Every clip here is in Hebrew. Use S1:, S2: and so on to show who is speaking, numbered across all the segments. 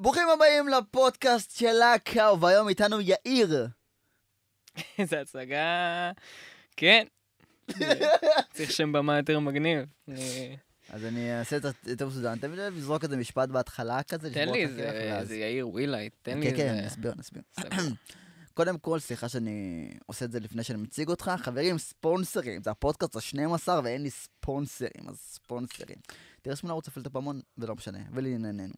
S1: ברוכים הבאים לפודקאסט של הקאו, והיום איתנו יאיר.
S2: איזה הצגה. כן. צריך שם במה יותר מגניב. אה,
S1: אז אני אעשה את זה יותר מסודר, אני תמיד אוהב לזרוק איזה משפט בהתחלה כזה,
S2: תן
S1: לשבור
S2: לי
S1: את הקרח,
S2: איזה
S1: ואז-
S2: איזה יאיר ווילייט, תן לי
S1: כן, כן,
S2: איזה...
S1: נסביר, נסביר.
S2: סבבה.
S1: קודם כל, סליחה שאני עושה את זה לפני שאני מציג אותך. חברים, ספונסרים, זה הפודקאסט ה-12 ואין לי ספונסרים, אז ספונסרים. תראה שמונה ערוץ אפל את הפעמון, ולא משנה, ולענייננו.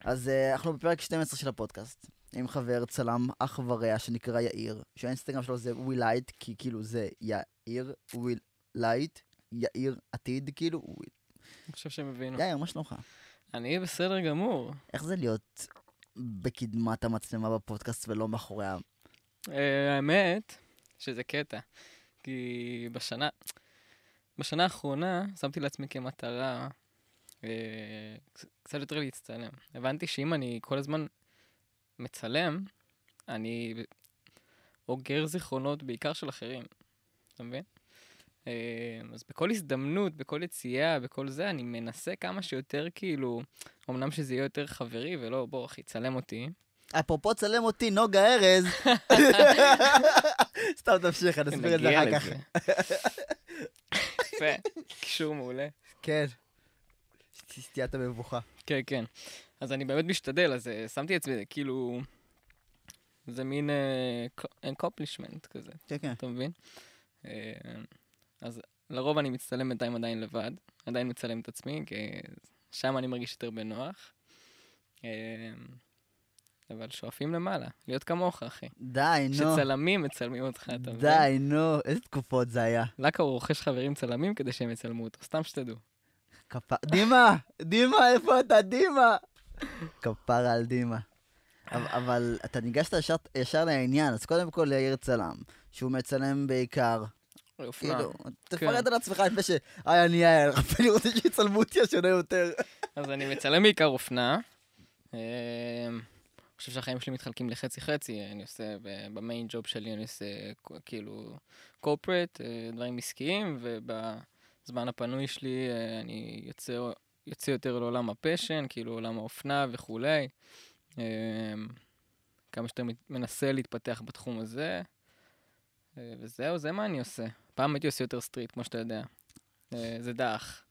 S1: אז אה, אנחנו בפרק 12 של הפודקאסט, עם חבר צלם אח ורע שנקרא יאיר, שהאינסטגרם שלו זה ווילייט, כי כאילו זה יאיר ווילייט, יאיר עתיד, כאילו, וויל-
S2: אני חושב שהם הבינו.
S1: יאיר, מה שלומך?
S2: אני בסדר גמור.
S1: איך זה להיות בקדמת המצלמה בפודקאסט ולא מאחוריה?
S2: אה, האמת, שזה קטע. כי בשנה, בשנה האחרונה שמתי לעצמי כמטרה אה, קצ- קצת יותר להצטלם. הבנתי שאם אני כל הזמן מצלם, אני אוגר זיכרונות בעיקר של אחרים. אתה מבין? אה, אז בכל הזדמנות, בכל יציאה, בכל זה, אני מנסה כמה שיותר כאילו, אמנם שזה יהיה יותר חברי ולא, בוא אחי, צלם אותי.
S1: אפרופו צלם אותי, נוגה ארז. סתם תמשיך, אני אסביר את זה
S2: נגיע
S1: אחר כך.
S2: לזה. יפה, קישור מעולה.
S1: כן. ש- שתיית המבוכה.
S2: כן, כן. אז אני באמת משתדל, אז אה, שמתי את זה, כאילו... זה מין אנקופלישמנט כזה,
S1: כן, כן.
S2: אתה מבין? אה, אז לרוב אני מצטלם בינתיים עדיין לבד, עדיין מצלם את עצמי, כי שם אני מרגיש יותר בנוח. אה, אבל שואפים למעלה, להיות כמוך, אחי.
S1: די, נו.
S2: כשצלמים מצלמים אותך, אתה מבין?
S1: די, נו. איזה תקופות זה היה.
S2: לקה הוא רוכש חברים צלמים כדי שהם יצלמו אותו, סתם שתדעו.
S1: כפ- דימה! דימה, איפה אתה? דימה! כפרה על דימה. אבל- אבל אתה ניגשת ישר- ישר לעניין, אז קודם כל ליאיר צלם, שהוא מצלם בעיקר.
S2: אופנה.
S1: כאילו,
S2: כן.
S1: תפרט על עצמך לפני ש... היי, אני יאיר, אני רוצה שיצלמו אותי השונה יותר.
S2: אז אני מצלם בעיקר אופנה. אה, אני חושב שהחיים שלי מתחלקים לחצי-חצי, אני עושה, ב- במיין ג'וב שלי אני עושה ק- כאילו קורפרט, דברים עסקיים, ובזמן הפנוי שלי אה, אני יוצא, יוצא יותר לעולם הפשן, כאילו עולם האופנה וכולי. אה, כמה שאתה מת- מנסה להתפתח בתחום הזה, אה, וזהו, זה מה אני עושה. פעם הייתי עושה יותר סטריט, כמו שאתה יודע. אה, זה דאח.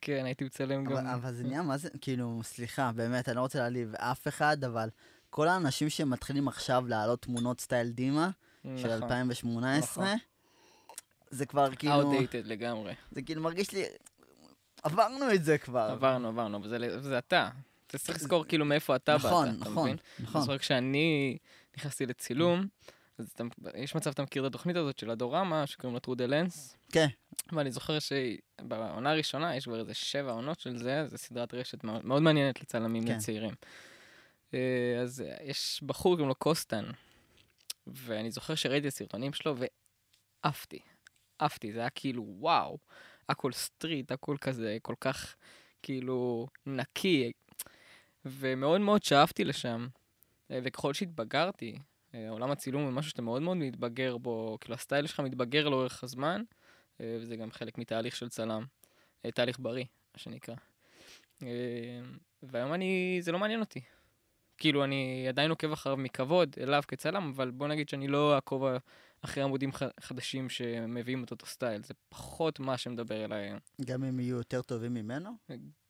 S2: כן, הייתי מצלם גם...
S1: אבל, אבל זה נהיה, מה זה, כאילו, סליחה, באמת, אני לא רוצה להעליב אף אחד, אבל כל האנשים שמתחילים עכשיו להעלות תמונות סטייל דימה של
S2: נכון.
S1: 2018,
S2: נכון.
S1: זה כבר כאילו,
S2: outdated לגמרי.
S1: זה כאילו מרגיש לי, עברנו את זה כבר.
S2: עברנו, עברנו, אבל זה- וזה אתה. אתה צריך לזכור כאילו מאיפה אתה באת,
S1: נכון,
S2: אתה
S1: נכון,
S2: מבין?
S1: נכון.
S2: אז רק כשאני נכנסתי לצילום, אז אתה, יש מצב שאתה מכיר את התוכנית הזאת של הדורמה, שקוראים לה טרודה לנס.
S1: כן.
S2: ואני זוכר שבעונה הראשונה, יש כבר איזה שבע עונות של זה, זו סדרת רשת מאוד מאוד מעניינת לצלמים
S1: כן.
S2: צעירים. אה, אז אה, יש בחור, קוראים לו קוסטן, ואני זוכר שראיתי את הסרטונים שלו ועפתי, עפתי, זה היה כאילו וואו, הכל סטריט, הכל כזה, כל כך כאילו נקי, ומאוד מאוד שאפתי לשם. אה, וככל שהתבגרתי, אה, עולם הצילום הוא משהו שאתה מאוד מאוד מתבגר בו, כאילו הסטייל שלך מתבגר לאורך הזמן, אה, וזה גם חלק מתהליך של צלם, אה, תהליך בריא, מה שנקרא. אה, והיום אני, זה לא מעניין אותי. כאילו, אני עדיין עוקב אחריו מכבוד אליו כצלם, אבל בוא נגיד שאני לא אעקוב אחרי עמודים ח- חדשים שמביאים את אותו סטייל, זה פחות מה שמדבר אליי היום.
S1: גם אם יהיו יותר טובים ממנו?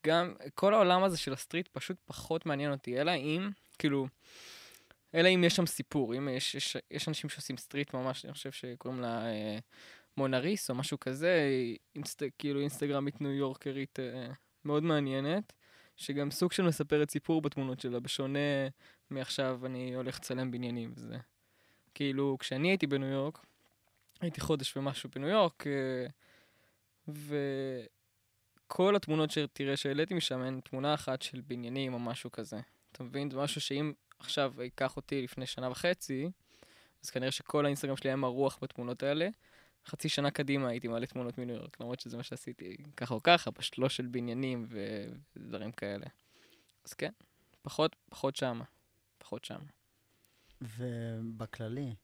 S2: גם כל העולם הזה של הסטריט פשוט פחות מעניין אותי, אלא אם, כאילו, אלא אם יש שם סיפור, אם יש, יש, יש אנשים שעושים סטריט ממש, אני חושב שקוראים לה אה, מונריס או משהו כזה, אינסט, כאילו אינסטגרמית ניו יורקרית אה, מאוד מעניינת, שגם סוג של מספרת סיפור בתמונות שלה, בשונה מעכשיו אני הולך לצלם בניינים וזה. כאילו, כשאני הייתי בניו יורק, הייתי חודש ומשהו בניו יורק, אה, ו... כל התמונות שתראה שהעליתי משם הן תמונה אחת של בניינים או משהו כזה. אתה מבין? זה משהו שאם עכשיו ייקח אותי לפני שנה וחצי, אז כנראה שכל האינסטגרם שלי היה מרוח בתמונות האלה. חצי שנה קדימה הייתי מעלה תמונות מניו יורק, למרות שזה מה שעשיתי ככה או ככה, בשלוש של בניינים ו- ודברים כאלה. אז כן, פחות, פחות שמה. פחות שמה.
S1: ובכללי,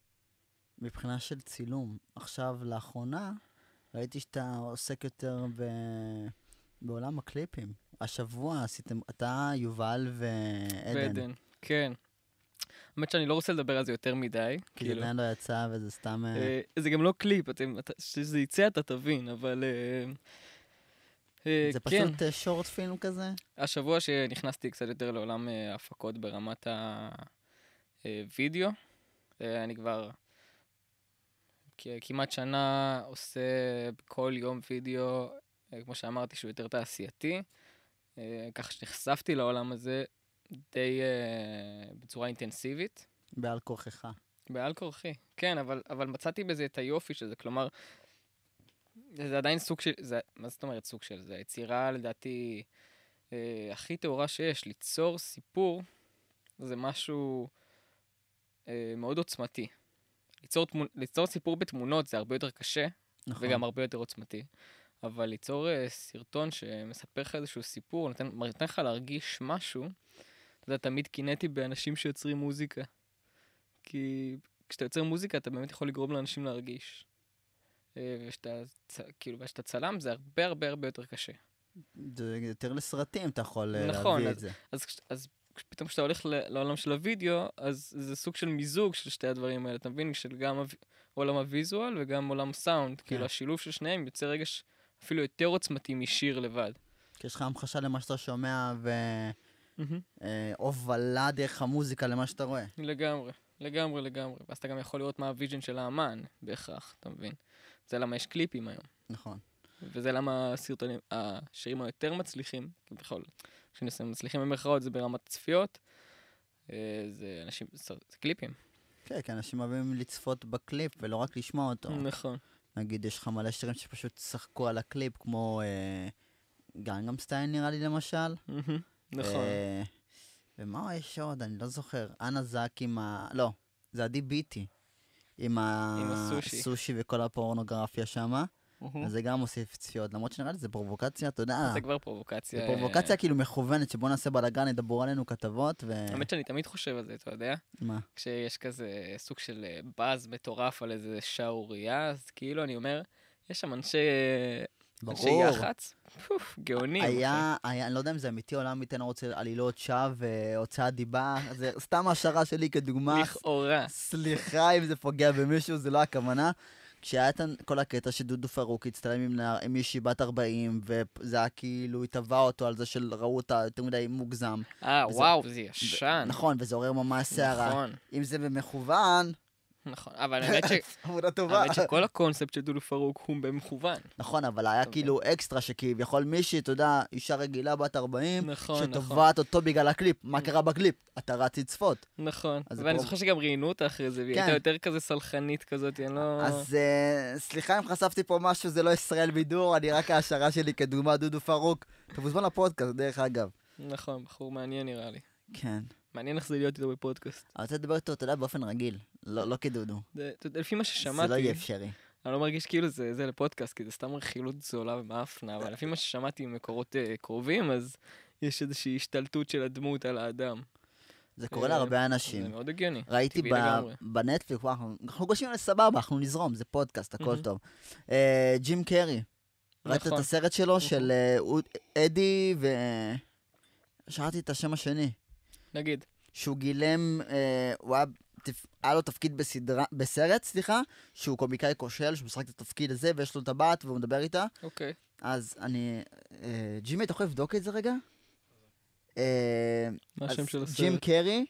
S1: מבחינה של צילום, עכשיו, לאחרונה, ראיתי שאתה עוסק יותר ב... בעולם הקליפים, השבוע עשיתם, אתה, יובל ועדן.
S2: ועדן, כן. האמת שאני לא רוצה לדבר על זה יותר מדי.
S1: כי זה
S2: כאילו.
S1: עדיין לא יצא וזה סתם... אה,
S2: אה, זה גם לא קליפ, אתם- אתה- כשזה יצא אתה תבין, אבל... אה, אה,
S1: זה
S2: כן.
S1: פשוט אה, שורט פילם כזה?
S2: השבוע שנכנסתי קצת יותר לעולם אה, ההפקות ברמת הווידאו, אה, אני כבר כ- כמעט שנה עושה כל יום וידאו, אה, כמו שאמרתי, שהוא יותר תעשייתי, אה, כך שנחשפתי לעולם הזה די אה, בצורה אינטנסיבית.
S1: בעל כורכך.
S2: בעל כורחי, כן, אבל, אבל מצאתי בזה את היופי של זה, כלומר, זה עדיין סוג של, זה, מה זאת אומרת סוג של זה? היצירה לדעתי אה, הכי טהורה שיש, ליצור סיפור זה משהו אה, מאוד עוצמתי. ליצור, תמונ, ליצור סיפור בתמונות זה הרבה יותר קשה,
S1: נכון.
S2: וגם הרבה יותר עוצמתי. אבל ליצור אה, סרטון שמספר לך איזשהו סיפור, נותן, נותן לך להרגיש משהו, אתה יודע, תמיד קינאתי באנשים שיוצרים מוזיקה. כי כשאתה יוצר מוזיקה, אתה באמת יכול לגרום לאנשים להרגיש. אה, וכשאתה, צ- כאילו, וכשאתה צלם זה הרבה הרבה הרבה יותר קשה.
S1: זה יותר לסרטים אתה יכול אה,
S2: נכון,
S1: להביא את זה.
S2: אז, כש- אז כש- פתאום כשאתה הולך ל- לעולם של הוידאו, אז זה סוג של מיזוג של שתי הדברים האלה, אתה מבין? של גם הוו- עולם הוויזואל וגם עולם הסאונד. כאילו, השילוב של שניהם יוצר רגש אפילו יותר עוצמתי משיר לבד.
S1: כי יש לך המחשה למה שאתה שומע והובלה דרך המוזיקה למה שאתה רואה.
S2: לגמרי, לגמרי, לגמרי. ואז אתה גם יכול לראות מה הוויז'ן של האמן, בהכרח, אתה מבין? זה למה יש קליפים היום.
S1: נכון.
S2: וזה למה הסרטונים, השירים היותר מצליחים, כביכול, כשאני עושה מצליחים במרכאות, זה ברמת צפיות. אה, זה אנשים, זה זה קליפים.
S1: כן, כי אנשים אוהבים לצפות בקליפ ולא רק לשמוע אותו.
S2: נכון.
S1: נגיד, יש לך מלא שירים שפשוט שחקו על הקליפ, כמו גנגם סטיין נראה לי למשל.
S2: מהמם. נכון.
S1: אה, ומה יש עוד? אני לא זוכר. אנה זק עם ה... לא, זה עדי ביטי. עם
S2: עם הסושי.
S1: הסושי וכל הפורנוגרפיה שמה.
S2: מהמם.
S1: אז זה גם מוסיף צפיות, למרות שנראה לי זה פרובוקציה, אתה יודע.
S2: זה כבר פרובוקציה.
S1: אה.
S2: אה,
S1: זה פרובוקציה כן. כאילו מכוונת, שבוא נעשה בלאגן, ידברו עלינו כתבות, ו...
S2: אה, האמת שאני תמיד חושב על זה, אתה יודע?
S1: מה?
S2: כשיש כזה סוג של אה, באז מטורף על איזה שערורייה, אז כאילו, אני אומר, יש שם אנשי אה, אנשי
S1: ברור.
S2: יח"צ, פוף, גאונים. אחי.
S1: היה, היה, אני לא יודע אם זה אמיתי או לא אמיתי, אני לא רוצה עלילות שווא והוצאת דיבה, זה סתם השערה שלי כדוגמה.
S2: לכאורה.
S1: סליחה אם זה פוגע במישהו, זה לא הכוונה. כשהיה את כל הקטע שדודו פרוק הצטלם עם, נער, עם מישהי בת 40, וזה היה כאילו, היא תבעה אותו על זה של ראו אותה יותר מדי מוגזם.
S2: אה,
S1: וזה-
S2: וואו, זה ישן.
S1: נכון, וזה עורר ממש סערה.
S2: נכון,
S1: אם זה במכוון,
S2: נכון. אבל האמת ש...
S1: עבודה טובה.
S2: האמת שכל הקונספט של דודו פרוק הוא במכוון.
S1: נכון, אבל היה
S2: אתה מבין.
S1: כאילו אקסטרה שכביכול מישהי, אתה יודע, אישה רגילה בת 40,
S2: נכון,
S1: שתובעת אותו בגלל הקליפ. מה קרה בקליפ? אתה רץ לצפות.
S2: נכון.
S1: אז זה
S2: ואני
S1: פרוב-
S2: זוכר שגם ראיינו אותה אחרי זה, והיא
S1: כן.
S2: הייתה יותר כזה סלחנית כזאת, אני לא...
S1: אז אה, סליחה אם חשפתי פה משהו, זה לא ישראל בידור, אני רק ההשערה שלי כדוגמה, דודו פרוק. אתה מוזמן לפודקאסט, דרך אגב.
S2: נכון, בחור מעניין נראה לי.
S1: כן.
S2: מעניין איך זה להיות איתו בפודקאסט.
S1: אני רוצה לדבר איתו, אתה יודע, באופן רגיל. לא לא כדודו.
S2: זה- אתה יודע, לפי מה
S1: זה
S2: ששמעתי,
S1: לא יהיה אפשרי.
S2: אני לא מרגיש כאילו זה זה לפודקאסט, כי זה סתם רכילות זולה ומאפנה,
S1: אה,
S2: אבל לפי מה ששמעתי ממקורות אה, קרובים, אז יש איזושהי השתלטות של הדמות על האדם.
S1: זה קורה
S2: אה,
S1: להרבה
S2: זה
S1: אנשים.
S2: מאוד הגיוני.
S1: ראיתי
S2: טבעי
S1: ב-
S2: לגמרי.
S1: בנטפליקס, וואו, אנחנו- אנחנו גושים על סבבה, אנחנו נזרום, זה פודקאסט, הכל
S2: מהמם.
S1: טוב. אה, ג'ים קרי, ראית את
S2: נכון.
S1: הסרט שלו של אה, אוד- אדי ו... שאלתי את השם השני.
S2: נגיד,
S1: שהוא גילם, אה, הוא היה, תפ- היה לו תפקיד בסדרה, בסרט, סליחה, שהוא קומיקאי כושל, שהוא משחק את התפקיד הזה, ויש לו טבעת, והוא מדבר איתה.
S2: אוקיי.
S1: אז אני... אה, ג'ימי, אתה יכול לבדוק את זה רגע? אה,
S2: מה
S1: אז
S2: השם של הסרט?
S1: ג'ים קרי,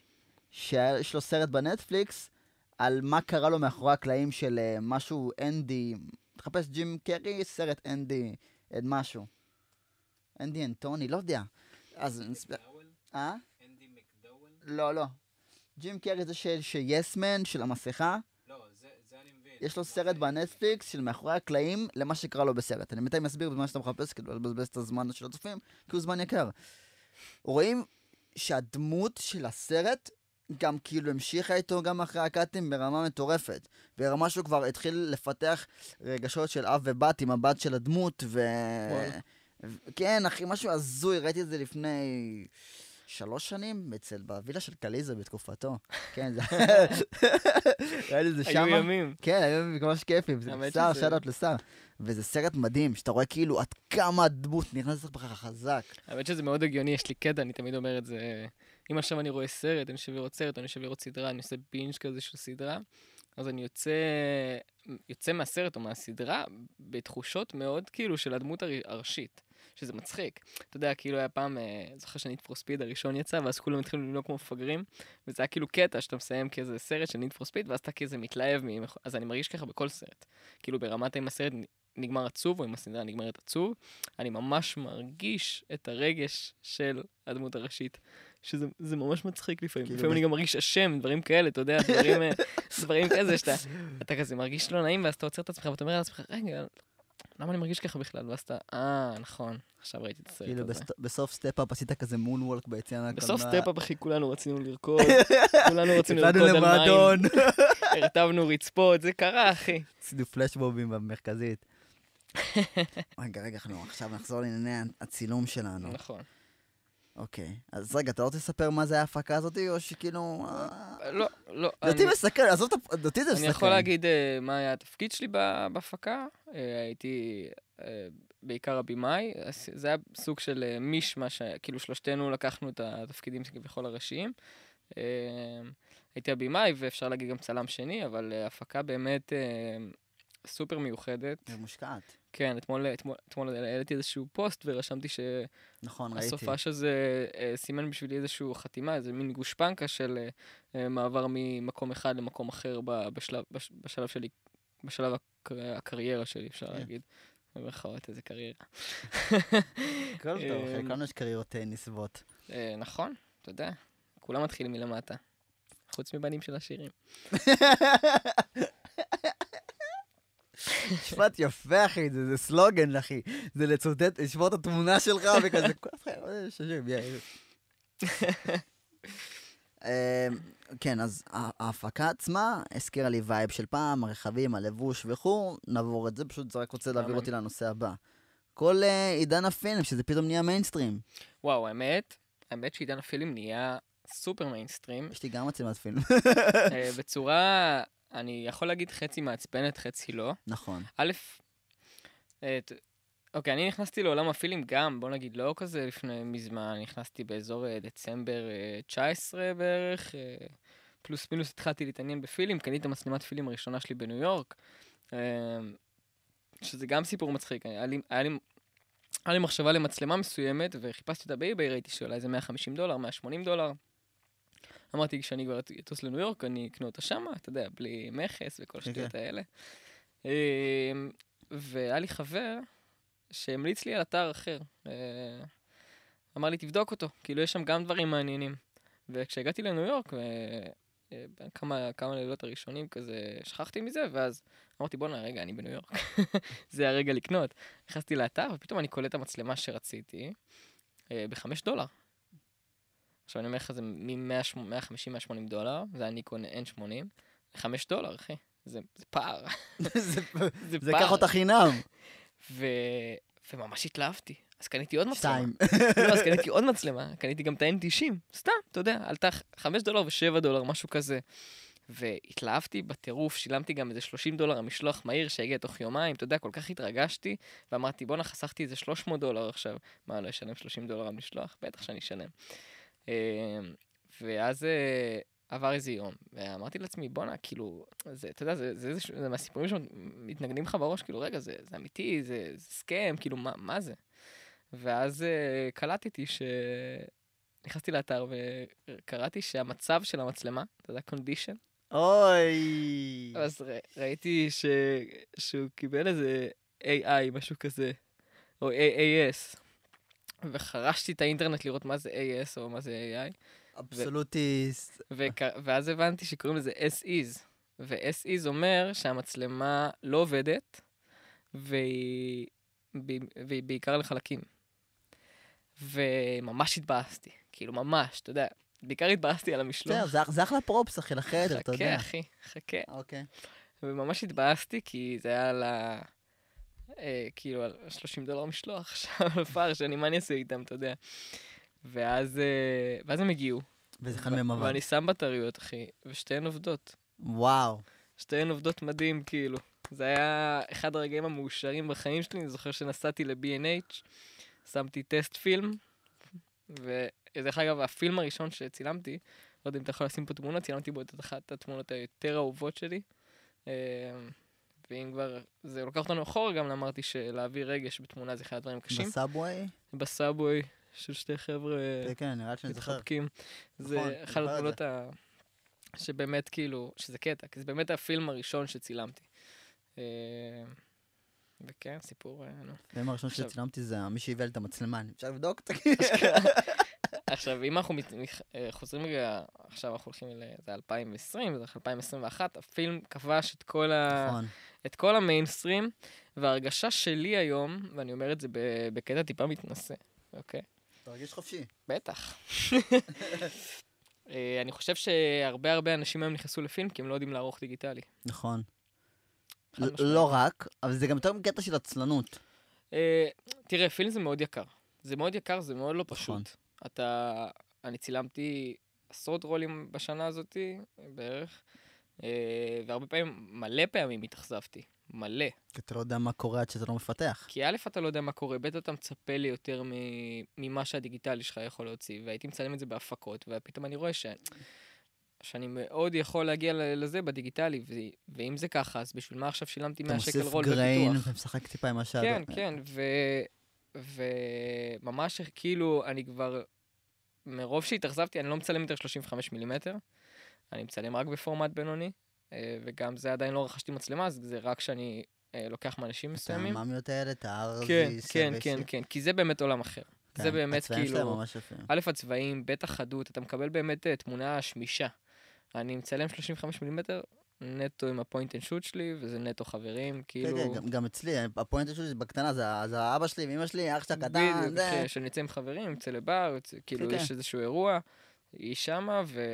S1: שיש לו סרט בנטפליקס, על מה קרה לו מאחורי הקלעים של אה, משהו אנדי, תחפש ג'ים קרי, סרט אנדי, אה, משהו. אנדי אנטוני, לא יודע. אז... אה?
S3: אנדי מקדוול?
S1: לא, לא. ג'ים קרי זה של יסמן, של המסכה,
S3: לא, זה, זה אני מבין.
S1: יש לו סרט בנטפליקס של מאחורי הקלעים למה שקרה לו בסרט. אני בינתיים אסביר במה שאתה מחפש, כאילו, לא לבזבז את הזמן של הצופים, כי הוא זמן יקר. רואים שהדמות של הסרט גם כאילו המשיכה איתו גם אחרי הקאטים ברמה מטורפת. ברמה שהוא כבר התחיל לפתח רגשות של אב ובת עם הבת של הדמות, ו...
S2: וואלה.
S1: ו- כן, אחי, משהו הזוי, ראיתי את זה לפני... שלוש שנים אצל, בווילה של קליזה בתקופתו. כן, זה... היה לי את זה
S2: היו
S1: שמה.
S2: ימים.
S1: כן, היו ממש כיפים, זה
S2: האמת
S1: שר,
S2: שזה-
S1: שאלות לשר. וזה סרט מדהים, שאתה רואה כאילו עד כמה הדמות נכנסת לך חזק.
S2: האמת שזה מאוד הגיוני, יש לי קטע, אני תמיד אומר את זה. אם עכשיו אני רואה סרט, אני יושב לראות סרט, אני יושב לראות סדרה, אני עושה בינג' כזה של סדרה, אז אני יוצא, יוצא מהסרט או מהסדרה בתחושות מאוד כאילו של הדמות הר- הראשית, שזה מצחיק. אתה יודע, כאילו היה פעם, אה, זוכר שניד פור ספיד הראשון יצא, ואז כולם התחילו לנהוג כמו מפגרים, וזה היה כאילו קטע שאתה מסיים כאיזה סרט של ניד פור ספיד, ואז אתה כאיזה מתלהב, מ... אז אני מרגיש ככה בכל סרט. כאילו ברמת אם הסרט נגמר עצוב, או אם הסדרה נגמרת עצוב, אני ממש מרגיש את הרגש של הדמות הראשית. שזה זה ממש מצחיק לפעמים.
S1: כאילו
S2: לפעמים
S1: בס-
S2: אני גם מרגיש אשם, דברים כאלה, אתה יודע, דברים, אה, דברים כזה, שאתה אתה כזה מרגיש לא נעים, ואז אתה עוצר את עצמך ואתה אומר לעצמך, רגע, למה אני מרגיש ככה בכלל? ואז אתה, אה, נכון, עכשיו ראיתי את הסרט
S1: כאילו
S2: הזה.
S1: בסט- בסוף סטפ-אפ עשית כזה מונוולק ביציאה מהקולנוע.
S2: בסוף סטפ-אפ, אחי, כולנו רצינו לרקוד, כולנו
S1: יצאנו
S2: רצינו לרקוד על מים,
S1: למועדון.
S2: הרטבנו רצפות, זה קרה, אחי.
S1: עשינו פלשבובים במרכזית. רגע, רגע, אנחנו עכשיו נחזור לענייני הצילום שלנו.
S2: נכון.
S1: אוקיי. אז רגע, אתה לא תספר מה זה ההפקה הזאתי, או שכאילו... אה,
S2: לא, לא.
S1: דתי
S2: אני-
S1: מסקרן, עזוב את ה... דתי זה מסקרן.
S2: אני יכול להגיד אה, מה היה התפקיד שלי ב- בהפקה. אה, הייתי אה, בעיקר הבמאי. אז זה היה סוג של אה, מישמש, אה, כאילו שלושתנו לקחנו את התפקידים כביכול הראשיים. אה, הייתי הבמאי, ואפשר להגיד גם צלם שני, אבל אה, הפקה באמת אה, סופר מיוחדת.
S1: זה מושקעת.
S2: כן, אתמול, אתמול, אתמול העליתי איזשהו פוסט ורשמתי ש...
S1: נכון, ראיתי.
S2: הסופש הזה אה, סימן בשבילי איזושהי חתימה, איזה מין גושפנקה של אה, אה, מעבר ממקום אחד למקום אחר ב- בשלב, בש- בשלב שלי, בשלב הקר- הקריירה שלי, אפשר
S1: כן.
S2: להגיד. במירכאות, איזה קריירה.
S1: הכל טוב,
S2: אה,
S1: חלקנו יש קריירות אה, נסבות.
S2: אה, נכון, אתה יודע, כולם מתחילים מלמטה. חוץ מבנים של עשירים.
S1: משפט יפה, אחי, זה זה סלוגן, אחי. זה לצוטט, לשמור את התמונה שלך וכזה, כל הזמן, אה, ששים, יא, יא. אה, כן, אז ה- ההפקה עצמה הזכירה לי וייב של פעם, הרכבים, הלבוש וכו', נעבור את זה, פשוט זה רק רוצה להעביר
S2: אמן.
S1: אותי לנושא הבא. כל אה, עידן הפילם, שזה פתאום נהיה מיינסטרים.
S2: וואו, האמת, האמת שעידן הפילים נהיה סופר מיינסטרים,
S1: יש לי גם מצלמת פילם.
S2: אה, בצורה, אני יכול להגיד חצי מעצבנת, חצי לא.
S1: נכון.
S2: א', אה, ת- אוקיי, אני נכנסתי לעולם הפילים גם, בוא נגיד, לא כזה לפני מזמן, נכנסתי באזור אה, דצמבר אה, 19 בערך, אה, פלוס מינוס התחלתי להתעניין בפילים, קניתי את המצלמת פילים הראשונה שלי בניו יורק, אה, שזה גם סיפור מצחיק, היה לי, היה לי, היה לי מחשבה למצלמה מסוימת, וחיפשתי אותה באי-ביי, ראיתי שעולה איזה 150 דולר, 180 דולר. אמרתי, כשאני כבר אטוס לניו יורק, אני אקנה אותה שמה, אתה יודע, בלי מכס וכל
S1: כן,
S2: השטויות האלה. אמ, והיה לי חבר שהמליץ לי על אתר אחר. אה, אמר לי, תבדוק אותו, כאילו יש שם גם דברים מעניינים. וכשהגעתי לניו יורק, אה, אה, כמה, כמה לילות הראשונים כזה, שכחתי מזה, ואז אמרתי, בואנה, רגע, אני בניו יורק. זה הרגע לקנות. נכנסתי לאתר, ופתאום אני קולט את המצלמה שרציתי, אה, בחמש דולר. עכשיו אני אומר לך, זה מ-150-180 דולר, זה היה ניקון N80, לחמש דולר, אחי. זה, זה פער.
S1: זה-
S2: זה,
S1: זה
S2: פער.
S1: קח אותה חינם.
S2: ו... וממש התלהבתי. אז קניתי עוד מצלמה.
S1: שתיים.
S2: לא, אז קניתי עוד מצלמה, קניתי גם את ה-N90. סתם, אתה יודע, עלתה 5 דולר ו-7 דולר, משהו כזה. והתלהבתי בטירוף, שילמתי גם איזה 30 דולר על משלוח מהיר שהגיע תוך יומיים, אתה יודע, כל כך התרגשתי, ואמרתי, בואנה, חסכתי איזה 300 דולר עכשיו. מה, לא אשלם 30 דולר על משלוח? בטח שאני אשלם. אה, ואז אה, עבר איזה יום, ואמרתי לעצמי, בואנה, כאילו, זה, אתה יודע, זה, זה, זה, זה מהסיפורים שמתנגנים לך בראש, כאילו, רגע, זה, זה אמיתי, זה, זה סכם, כאילו, מה, מה זה? ואז אה, קלטתי ש... נכנסתי לאתר וקראתי שהמצב של המצלמה, אתה יודע, קונדישן,
S1: אוי.
S2: אז ר... ראיתי ש... שהוא קיבל איזה AI, משהו כזה, או AAS, וחרשתי את האינטרנט לראות מה זה AS או מה זה AI,
S1: אבסולוטיסט.
S2: וכ... ואז הבנתי שקוראים לזה S-Ease, ו-S-Ease אומר שהמצלמה לא עובדת, והיא, ב- והיא בעיקר לחלקים. וממש התבאסתי, כאילו ממש, אתה יודע, בעיקר התבאסתי על המשלוח.
S1: בסדר, זה אח- זה אחלה פרופס, אחי, לחדר, אתה יודע.
S2: כאילו- חכה, אחי, חכה.
S1: אוקיי.
S2: וממש התבאסתי, כי זה היה על ה... אה, כאילו, על 30 דולר משלוח, שם הפער, שאני, מה אני אעשה איתם, אתה יודע. ואז, אה, ואז הם הגיעו.
S1: ואיזה אחד מהם עבד.
S2: ואני שם בטריות, אחי, ושתיהן עובדות.
S1: וואו.
S2: שתיהן עובדות מדהים, כאילו. זה היה אחד הרגעים המאושרים בחיים שלי, אני זוכר שנסעתי ל-B&H, שמתי טסט פילם, ודרך אגב, הפילם הראשון שצילמתי, לא יודע אם אתה יכול לשים פה תמונות, צילמתי בו את אחת התמונות היותר אהובות שלי. אה, ואם כבר, זה לוקח אותנו אחורה גם, אמרתי שלהעביר רגש בתמונה זה אחד הדברים הקשים. אה,
S1: בסאבווי?
S2: בסאבווי של שתי חבר'ה אה,
S1: כן, כן, נראה לי שאני זוכר.
S2: מתחבקים.
S1: נכון,
S2: זה אחת
S1: זוכר את
S2: התמונות ה... שבאמת כאילו, שזה קטע, כי זה באמת הפילם הראשון שצילמתי. אה, וכן, סיפור... אה, נו.
S1: הפעם הראשון
S2: עכשיו- אה,
S1: שצילמתי זה מי שהביא לי את המצלמן. אפשר לבדוק? תגיד.
S2: עכשיו, אם אנחנו מת- מח- אה, חוזרים רגע, עכשיו אנחנו הולכים ל... זה 2020, זה 2021, הפילם כבש את כל ה...
S1: נכון.
S2: את כל המיינסטרים, וההרגשה שלי היום, ואני אומר את זה ב- בקטע טיפה מתנשא, אוקיי?
S1: תרגיש חופשי.
S2: בטח. אה, אני חושב שהרבה הרבה אנשים היום נכנסו לפילם כי הם לא יודעים לערוך דיגיטלי.
S1: נכון.
S2: חד
S1: ל-
S2: משמעית.
S1: לא רק, אבל זה גם יותר קטע של עצלנות.
S2: אה, תראה, פילם זה מאוד יקר. זה מאוד יקר, זה מאוד לא
S1: נכון.
S2: פשוט. אתה... אני צילמתי עשרות רולים בשנה הזאת בערך, אה, והרבה פעמים, מלא פעמים התאכזבתי. מלא.
S1: כי אתה לא יודע מה קורה עד שאתה לא מפתח.
S2: כי א', אתה לא יודע מה קורה, ב', אתה מצפה לי יותר מ- ממה שהדיגיטלי שלך יכול להוציא, והייתי מצלם את זה בהפקות, ופתאום אני רואה ש... שאני מאוד יכול להגיע ל- לזה בדיגיטלי, ו... ואם זה ככה, אז בשביל מה עכשיו שילמתי
S1: אתה
S2: 100 שקל
S1: מוסיף
S2: רול
S1: גריין
S2: בפיתוח?
S1: ומשחק טיפה עם השעד.
S2: כן, כן, ו... וממש כאילו, אני כבר, מרוב שהתאכזבתי, אני לא מצלם יותר 35 מילימטר, אני מצלם רק בפורמט בינוני, אה, וגם זה עדיין לא רכשתי מצלמה, אז זה רק שאני אה, לוקח מאנשים
S1: את
S2: מסוימים.
S1: המאמיות האלה, את הארזי,
S2: כן,
S1: סבשי.
S2: כן, כן, כן, כי זה באמת עולם אחר.
S1: כן,
S2: זה באמת
S1: הצבעים שלהם
S2: כאילו,
S1: ממש יפים.
S2: א', הצבעים, ב', החדות, אתה מקבל באמת אה, תמונה שמישה. אני מצלם 35 מילימטר נטו עם הפוינט אנד שוט שלי, וזה נטו חברים, כאילו...
S1: כן, כן, גם- גם אצלי, הפואנטה שלי זה בקטנה, זה- זה אבא שלי ואמא שלי, אח שלי הקטן,
S2: בדיוק, כן.
S1: זה...
S2: אחי, שאני יוצא עם חברים, יוצא לבר, יוצא, כאילו,
S1: אה, כן.
S2: יש איזשהו אירוע, היא שמה, ו...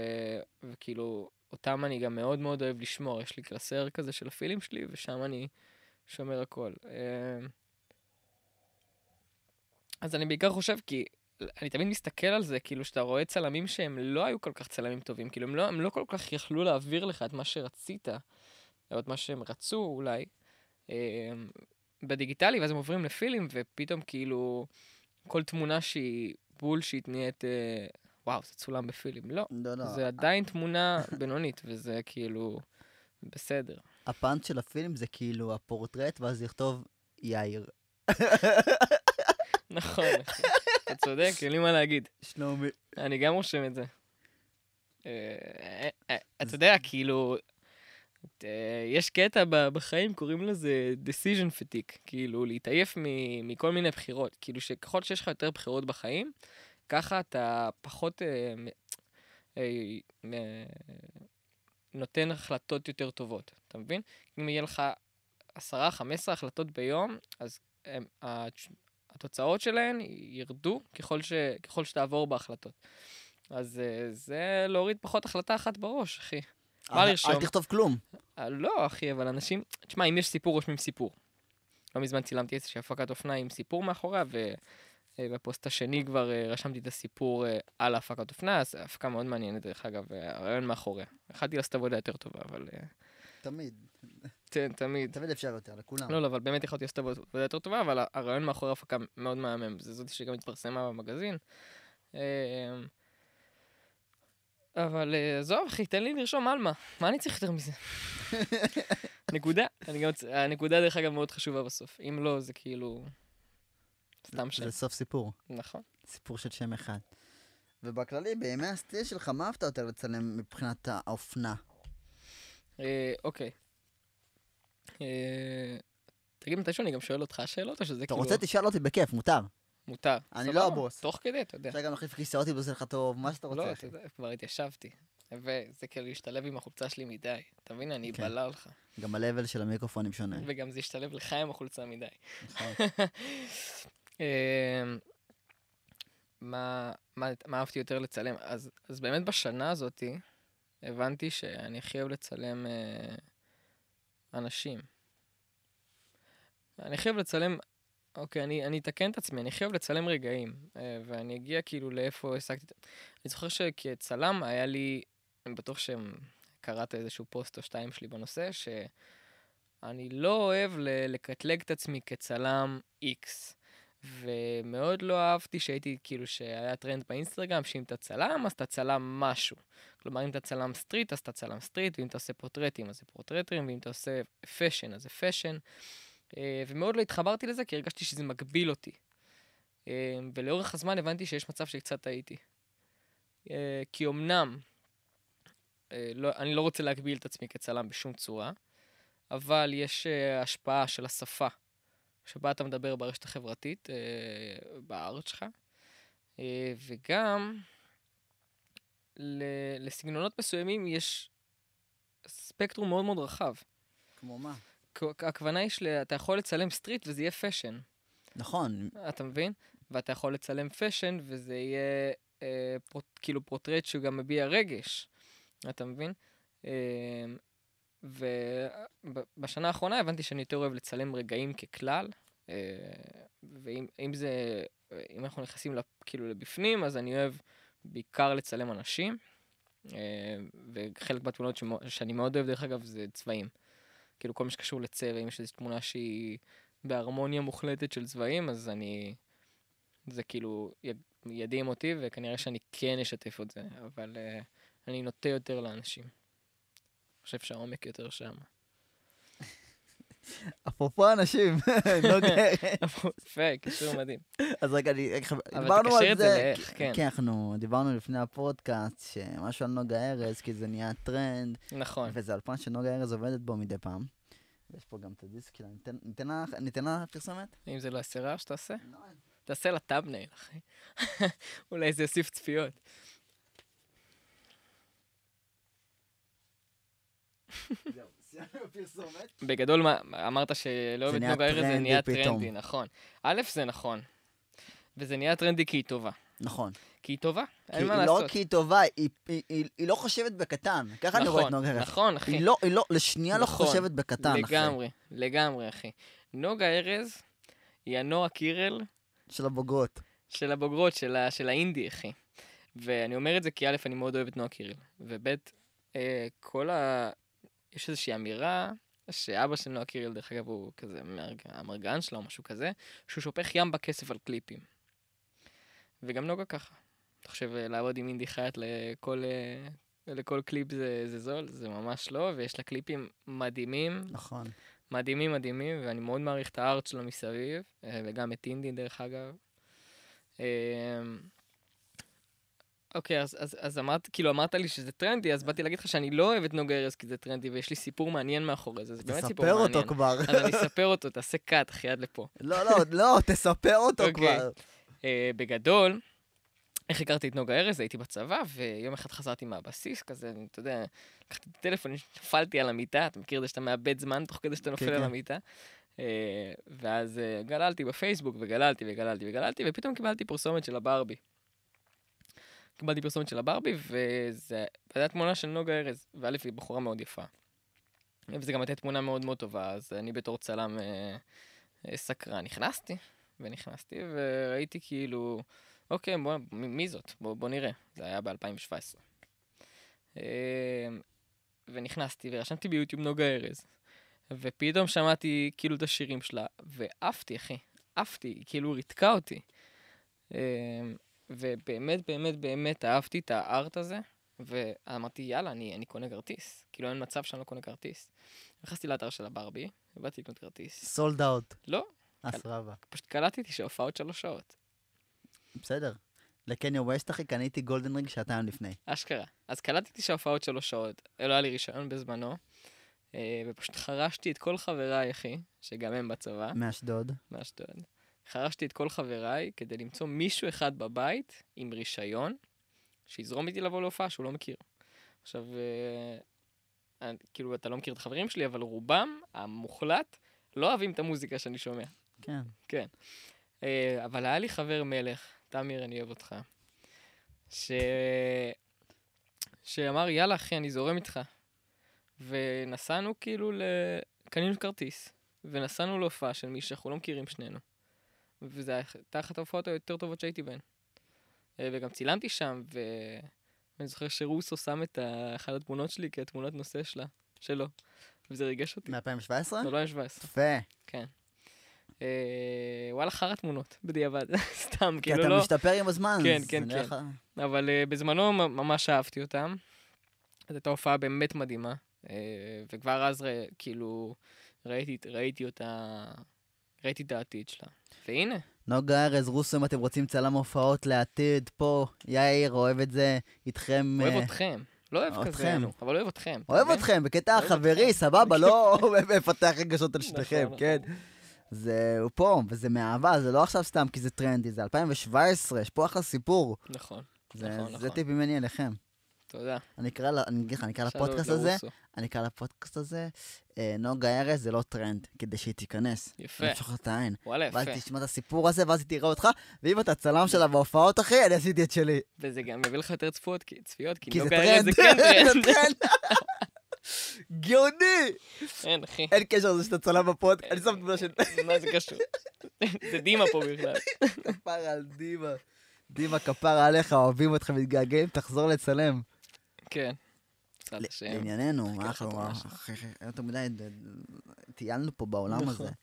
S2: וכאילו, אותם אני גם מאוד מאוד אוהב לשמור, יש לי קלסר כזה של הפילים שלי, ושם אני שומר הכל. אמ, אז אני בעיקר חושב, כי אני תמיד מסתכל על זה, כאילו, שאתה רואה צלמים שהם לא היו כל כך צלמים טובים, כאילו, הם לא, הם לא כל כך יכלו להעביר לך את מה שרצית, או את מה שהם רצו אולי. אמ, בדיגיטלי, ואז הם עוברים לפילים, ופתאום כאילו כל תמונה שהיא בולשיט נהיית, אה, וואו, זה צולם בפילים. לא,
S1: לא, לא.
S2: זה עדיין תמונה בינונית, וזה כאילו בסדר.
S1: הפאנץ' של הפילם זה כאילו הפורטרט, ואז לכתוב יאיר.
S2: נכון, אחי. אתה צודק, אין לי מה להגיד.
S1: שלומי.
S2: אני גם רושם את זה. אה, אה, אתה יודע, כאילו, אה, יש קטע ב- בחיים, קוראים לזה decision fatigue, כאילו, להתעייף מ- מכל מיני בחירות. כאילו, שככל שיש לך יותר בחירות בחיים, ככה אתה פחות אה, מ- אה, אה, נותן החלטות יותר טובות, אתה מבין? אם יהיה לך 10-15 החלטות ביום, אז הם, התש- התוצאות שלהן ירדו ככל, ש, ככל שתעבור בהחלטות. אז אה, זה להוריד פחות החלטה אחת בראש, אחי. מה
S1: אל-
S2: לרשום?
S1: אל תכתוב כלום.
S2: אה, לא, אחי, אבל אנשים... תשמע, אם יש סיפור, רושמים סיפור. לא מזמן צילמתי איזושהי הפקת אופנה עם סיפור מאחוריה, ובפוסט השני כבר אה, רשמתי את הסיפור אה, על הפקת אופנה, אז הפקה מאוד מעניינת, דרך אגב, אה, הרעיון מאחוריה. יכלתי לעשות עבודה יותר טובה, אבל... אה,
S1: תמיד.
S2: כן, תמיד.
S1: תמיד אפשר יותר, לכולם.
S2: לא, לא, אבל באמת יכולתי לעשות עבודה יותר טובה, אבל הרעיון מאחורי ההפקה מאוד מהמם. זה זאת שגם התפרסמה במגזין. אה, אבל אה, עזוב, אחי, תן לי לרשום על מה. מה אני צריך יותר מזה? נקודה. אני גם צ- הנקודה, דרך אגב, מאוד חשובה בסוף. אם לא, זה כאילו... סתם שם.
S1: זה סוף סיפור.
S2: נכון.
S1: סיפור של שם אחד. ובכללי, בימי הסטיל שלך, מה אהבת יותר לצלם מבחינת האופנה?
S2: אה, אוקיי. אה, תגיד, מתישהו אני גם שואל אותך שאלות, או שזה
S1: אתה
S2: כאילו...
S1: רוצה, תשאל אותי בכיף, מותר.
S2: מותר.
S1: אני
S2: סבבה,
S1: לא הבוס.
S2: תוך כדי, אתה יודע.
S1: אפשר גם להחליף כיסאות אם זה לך טוב, מה שאתה
S2: כן. לא,
S1: רוצה.
S2: אתה
S1: אחי.
S2: יודע, כבר התיישבתי. וזה כאילו השתלב עם החולצה שלי מדי. אתה מבין? אני
S1: כן. אה.
S2: אבלע אותך.
S1: גם ה-level של המיקרופונים שונה.
S2: וגם זה השתלב לך עם החולצה מדי.
S1: נכון.
S2: אמ, מה מה- מה אהבתי יותר לצלם? אז אז באמת בשנה הזאתי הבנתי שאני הכי אוהב לצלם אה, אנשים. אני הכי אוהב לצלם אוקיי, אני, אני אתקן את עצמי, אני הכי אוהב לצלם רגעים, אה, ואני אגיע כאילו לאיפה העסקתי. את- אני זוכר שכצלם היה לי, אני בטוח שקראת איזשהו פוסט או שתיים שלי בנושא, שאני לא אוהב ל- לקטלג את עצמי כצלם איקס. ומאוד לא אהבתי שהייתי, כאילו, שהיה טרנד באינסטגרם, שאם אתה צלם, אז אתה צלם משהו. כלומר, אם אתה צלם סטריט, אז אתה צלם סטריט, ואם אתה עושה פורטרטים, אז זה פורטרטרים, ואם אתה עושה פאשן, אז זה פאשן. אה, ומאוד לא התחברתי לזה, כי הרגשתי שזה מגביל אותי. אה, ולאורך הזמן הבנתי שיש מצב שקצת טעיתי. אה, כי אמנם, אה, לא, אני לא רוצה להגביל את עצמי כצלם בשום צורה, אבל יש אה, השפעה של השפה שבה אתה מדבר ברשת החברתית, אה, בארץ שלך, אה, וגם ל- לסגנונות מסוימים יש ספקטרום מאוד מאוד רחב.
S1: כמו מה?
S2: הכ- הכוונה היא שאתה יכול לצלם סטריט וזה יהיה פאשן,
S1: נכון,
S2: אתה מבין? ואתה יכול לצלם פאשן וזה יהיה אה, פרוט, כאילו פרוטרט שהוא גם מביע רגש, אתה מבין? אה, ובשנה האחרונה הבנתי שאני יותר אוהב לצלם רגעים ככלל, אה, ואם אם זה, אם אנחנו נכנסים לפ, כאילו לבפנים, אז אני אוהב בעיקר לצלם אנשים, אה, וחלק מהתמונות שמו, שאני מאוד אוהב, דרך אגב, זה צבעים. כאילו כל מה שקשור לצבע, אם יש איזו תמונה שהיא בהרמוניה מוחלטת של צבעים, אז אני... זה כאילו י- ידהים אותי, וכנראה שאני כן אשתף את זה, אבל אה, אני נוטה יותר לאנשים. אני חושב שהעומק יותר שם.
S1: אפרופו אנשים, נוגר.
S2: יפה, קישור מדהים.
S1: אז רגע, אני... רגע,
S2: אבל
S1: דיברנו
S2: תקשר
S1: על
S2: את זה
S1: זה.
S2: לאיך, כן.
S1: כי אנחנו דיברנו לפני הפודקאסט, שמשהו על נוגה ארז, כי זה נהיה טרנד,
S2: נכון.
S1: וזה אלפן שנוגה ארז עובדת בו מדי פעם. ויש פה גם את הדיסק כאילו, שלה, ניתן- ניתן לה- ניתן לה פרסומת?
S2: אם זה לא יעשה רעש, תעשה. תעשה לה טאבנייל, אחי. אולי זה יוסיף צפיות.
S1: זהו, סיימנו פרסומת.
S2: בגדול, מה- אמרת שלא אוהב את
S1: נהיה
S2: נוגה ארז, זה
S1: טרנדי
S2: נהיה
S1: פתאום.
S2: טרנדי, נכון. א', זה נכון. וזה נהיה טרנדי כי היא טובה.
S1: נכון.
S2: כי היא טובה,
S1: כי
S2: אין מה
S1: היא לא
S2: לעשות.
S1: רק כי היא טובה, היא- היא- היא- היא לא חושבת בקטן. ככה אני רואה את
S2: נכון,
S1: נוגה ארז.
S2: נכון, אחי.
S1: היא לא, היא לא, לשנייה לא
S2: נכון,
S1: חושבת בקטן, אחי.
S2: לגמרי, לגמרי, אחי. נוגה ארז היא הנועה קירל
S1: של הבוגרות.
S2: של הבוגרות, של, ה, של האינדי, אחי. ואני אומר את זה כי א', אני מאוד אוהב את נועה קירל, וב', אה, כל ה... יש איזושהי אמירה שאבא של נועה קירל, דרך אגב, הוא כזה מארג- המרגן שלה או משהו כזה, שהוא שופך ים בכסף על קליפים. וגם נוגה ככה. אתה חושב, אה, לעבוד עם אינדי חיית לכל, אה, לכל קליפ זה, זה זול? זה ממש לא, ויש לה קליפים מדהימים,
S1: נכון.
S2: מדהימים מדהימים, ואני מאוד מעריך את הארט שלו מסביב, אה, וגם את אינדי דרך אגב. אה, אוקיי, אז, אז, אז אמרת, כאילו אמרת לי שזה טרנדי, אז באתי להגיד לך שאני לא אוהב את נוגה ארז כי זה טרנדי, ויש לי סיפור מעניין מאחורי זה, זה באמת סיפור
S1: תספר
S2: מעניין.
S1: אותו כבר.
S2: אז אני אספר אותו, תעשה קאט, אחי, עד לפה.
S1: לא, לא, לא, תספר אותו
S2: אוקיי.
S1: כבר.
S2: אה, בגדול, איך הכרתי את נוגה ארז? הייתי בצבא, ויום אחד חזרתי מהבסיס, כזה, אתה יודע, לקחתי את הטלפון, נפלתי על המיטה, אתה מכיר את זה שאתה מאבד זמן תוך כדי שאתה נופל
S1: כן.
S2: על המיטה? אה, ואז אה, גללתי בפייסבוק, וגללתי וגללתי וגללתי, ופתאום קיבלתי פרסומת של הברבי. קיבלתי פרסומת של הברבי, וזו הייתה תמונה של נוגה ארז, וא' היא בחורה מאוד יפה.
S1: כן.
S2: וזו גם הייתה תמונה מאוד מאוד טובה, אז אני בתור צלם אה, אה, סקרן נכנסתי, ונכנסתי, וראיתי כאילו, אוקיי, בוא, מ- מי זאת? בוא, בוא נראה. זה היה ב-2017. אמ, ונכנסתי ורשמתי ביוטיוב נוגה ארז, ופתאום שמעתי כאילו את השירים שלה, ועפתי, אחי. עפתי, היא כאילו ריתקה אותי. אמ, ובאמת, באמת, באמת אהבתי את הארט הזה, ואמרתי, יאללה, אני, אני קונה כרטיס. כאילו, אין מצב שאני לא קונה כרטיס. נכנסתי לאתר של הברבי, ובאתי לקנות כרטיס.
S1: סולד אאוט.
S2: לא,
S1: אסרבה.
S2: פשוט קלטתי שההופעה עוד שלוש שעות.
S1: בסדר. לקניה ווסט, אחי, קניתי גולדן רינג שעתיים לפני.
S2: אשכרה. אז קלטתי שההופעה עוד שלוש שעות. לא היה לי רישיון בזמנו, אה, ופשוט חרשתי את כל חבריי, אחי, שגם הם בצבא,
S1: מאשדוד.
S2: מאשדוד. חרשתי את כל חבריי כדי למצוא מישהו אחד בבית עם רישיון, שיזרום איתי לבוא להופעה שהוא לא מכיר. עכשיו, אה, אני- כאילו, אתה לא מכיר את החברים שלי, אבל רובם, המוחלט, לא אוהבים את המוזיקה שאני שומע.
S1: כן.
S2: אה, אבל היה לי חבר מלך, תמיר, אני אוהב אותך, ש... שאמר, יאללה, אחי, אני זורם איתך. ונסענו כאילו ל... קנינו כרטיס, ונסענו להופעה של מישהו שאנחנו לא מכירים שנינו. וזו הייתה אחת ההופעות היותר טובות שהייתי בהן. אה, וגם צילמתי שם, ואני זוכר שרוסו שם את ה- אחת התמונות שלי כתמונת נושא שלה, שלו, וזה ריגש אותי.
S1: מ-2017?
S2: זה לא היה 17.
S1: כן. יפה.
S2: אה, וואלה, חרא תמונות, בדיעבד, סתם,
S1: כי
S2: כאילו
S1: אתה
S2: לא,
S1: משתפר עם הזמן.
S2: כן,
S1: זה
S2: כן,
S1: נראה
S2: כן.
S1: לך-
S2: אבל אה, בזמנו מ- ממש אהבתי אותם. זו הייתה הופעה באמת מדהימה, אה, וכבר אז ר- כאילו ראיתי, ראיתי אותה, ראיתי את העתיד שלה. והנה,
S1: נוגה ארז, רוסו, אם אתם רוצים צלם הופעות לעתיד, פה, יאיר, אוהב את זה, איתכם... אה,
S2: אוהב אתכם. לא אוהב כזה,
S1: אתכם.
S2: נו, אבל אוהב אתכם. אתה
S1: אוהב
S2: מבין?
S1: אתכם, בקטע
S2: אוהב
S1: חברי,
S2: אתכם.
S1: סבבה, לא מפתח רגשות על
S2: נכון,
S1: שניכם,
S2: נכון.
S1: כן. זה, הוא פה, וזה מאהבה, זה לא עכשיו סתם כי זה טרנדי, זה 2017, יש פה אחלה סיפור.
S2: נכון,
S1: זה-
S2: נכון,
S1: זה
S2: נכון.
S1: טיפ ממני אליכם.
S2: תודה.
S1: אני אקרא ל- אני אגיד לך, אני אקרא
S2: שלום
S1: לפודקאסט הזה,
S2: לרוסו.
S1: אני אקרא לפודקאסט הזה, אה, נוגה ארז זה לא טרנד, כדי שהיא תיכנס.
S2: יפה.
S1: אני אמשוך לך את העין.
S2: וואלה,
S1: ואז
S2: יפה.
S1: תשמע את הסיפור הזה, ואז היא תראה אותך, ואם אתה צלם שלה בהופעות, אחי, אני עשיתי את שלי.
S2: וזה גם יביא לך יותר צפויות, כי- צפיות, כי
S1: כי זה
S2: נוגה ארז
S1: טרנד.
S2: זה כן
S1: זה
S2: טרנד.
S1: טרנד. גאוני!
S2: אין, אחי.
S1: אין קשר לזה שאתה צלם בפודקאסט, אני שם תמונה של
S2: מה זה קשור? זה דימה פה בכלל.
S1: כפרה על דימה. דימה, כפרה עליך, אוהבים אותך, מתגעגעים, תחזור לצלם.
S2: כן. בעזרת
S1: ל-
S2: השם.
S1: לענייננו,
S2: מחכה
S1: מה
S2: לך
S1: אנחנו,
S2: התמונה
S1: אה,
S2: שלך.
S1: אחי, אחי, יותר מדי ד- ד- טיילנו פה בעולם
S2: נכון.
S1: הזה.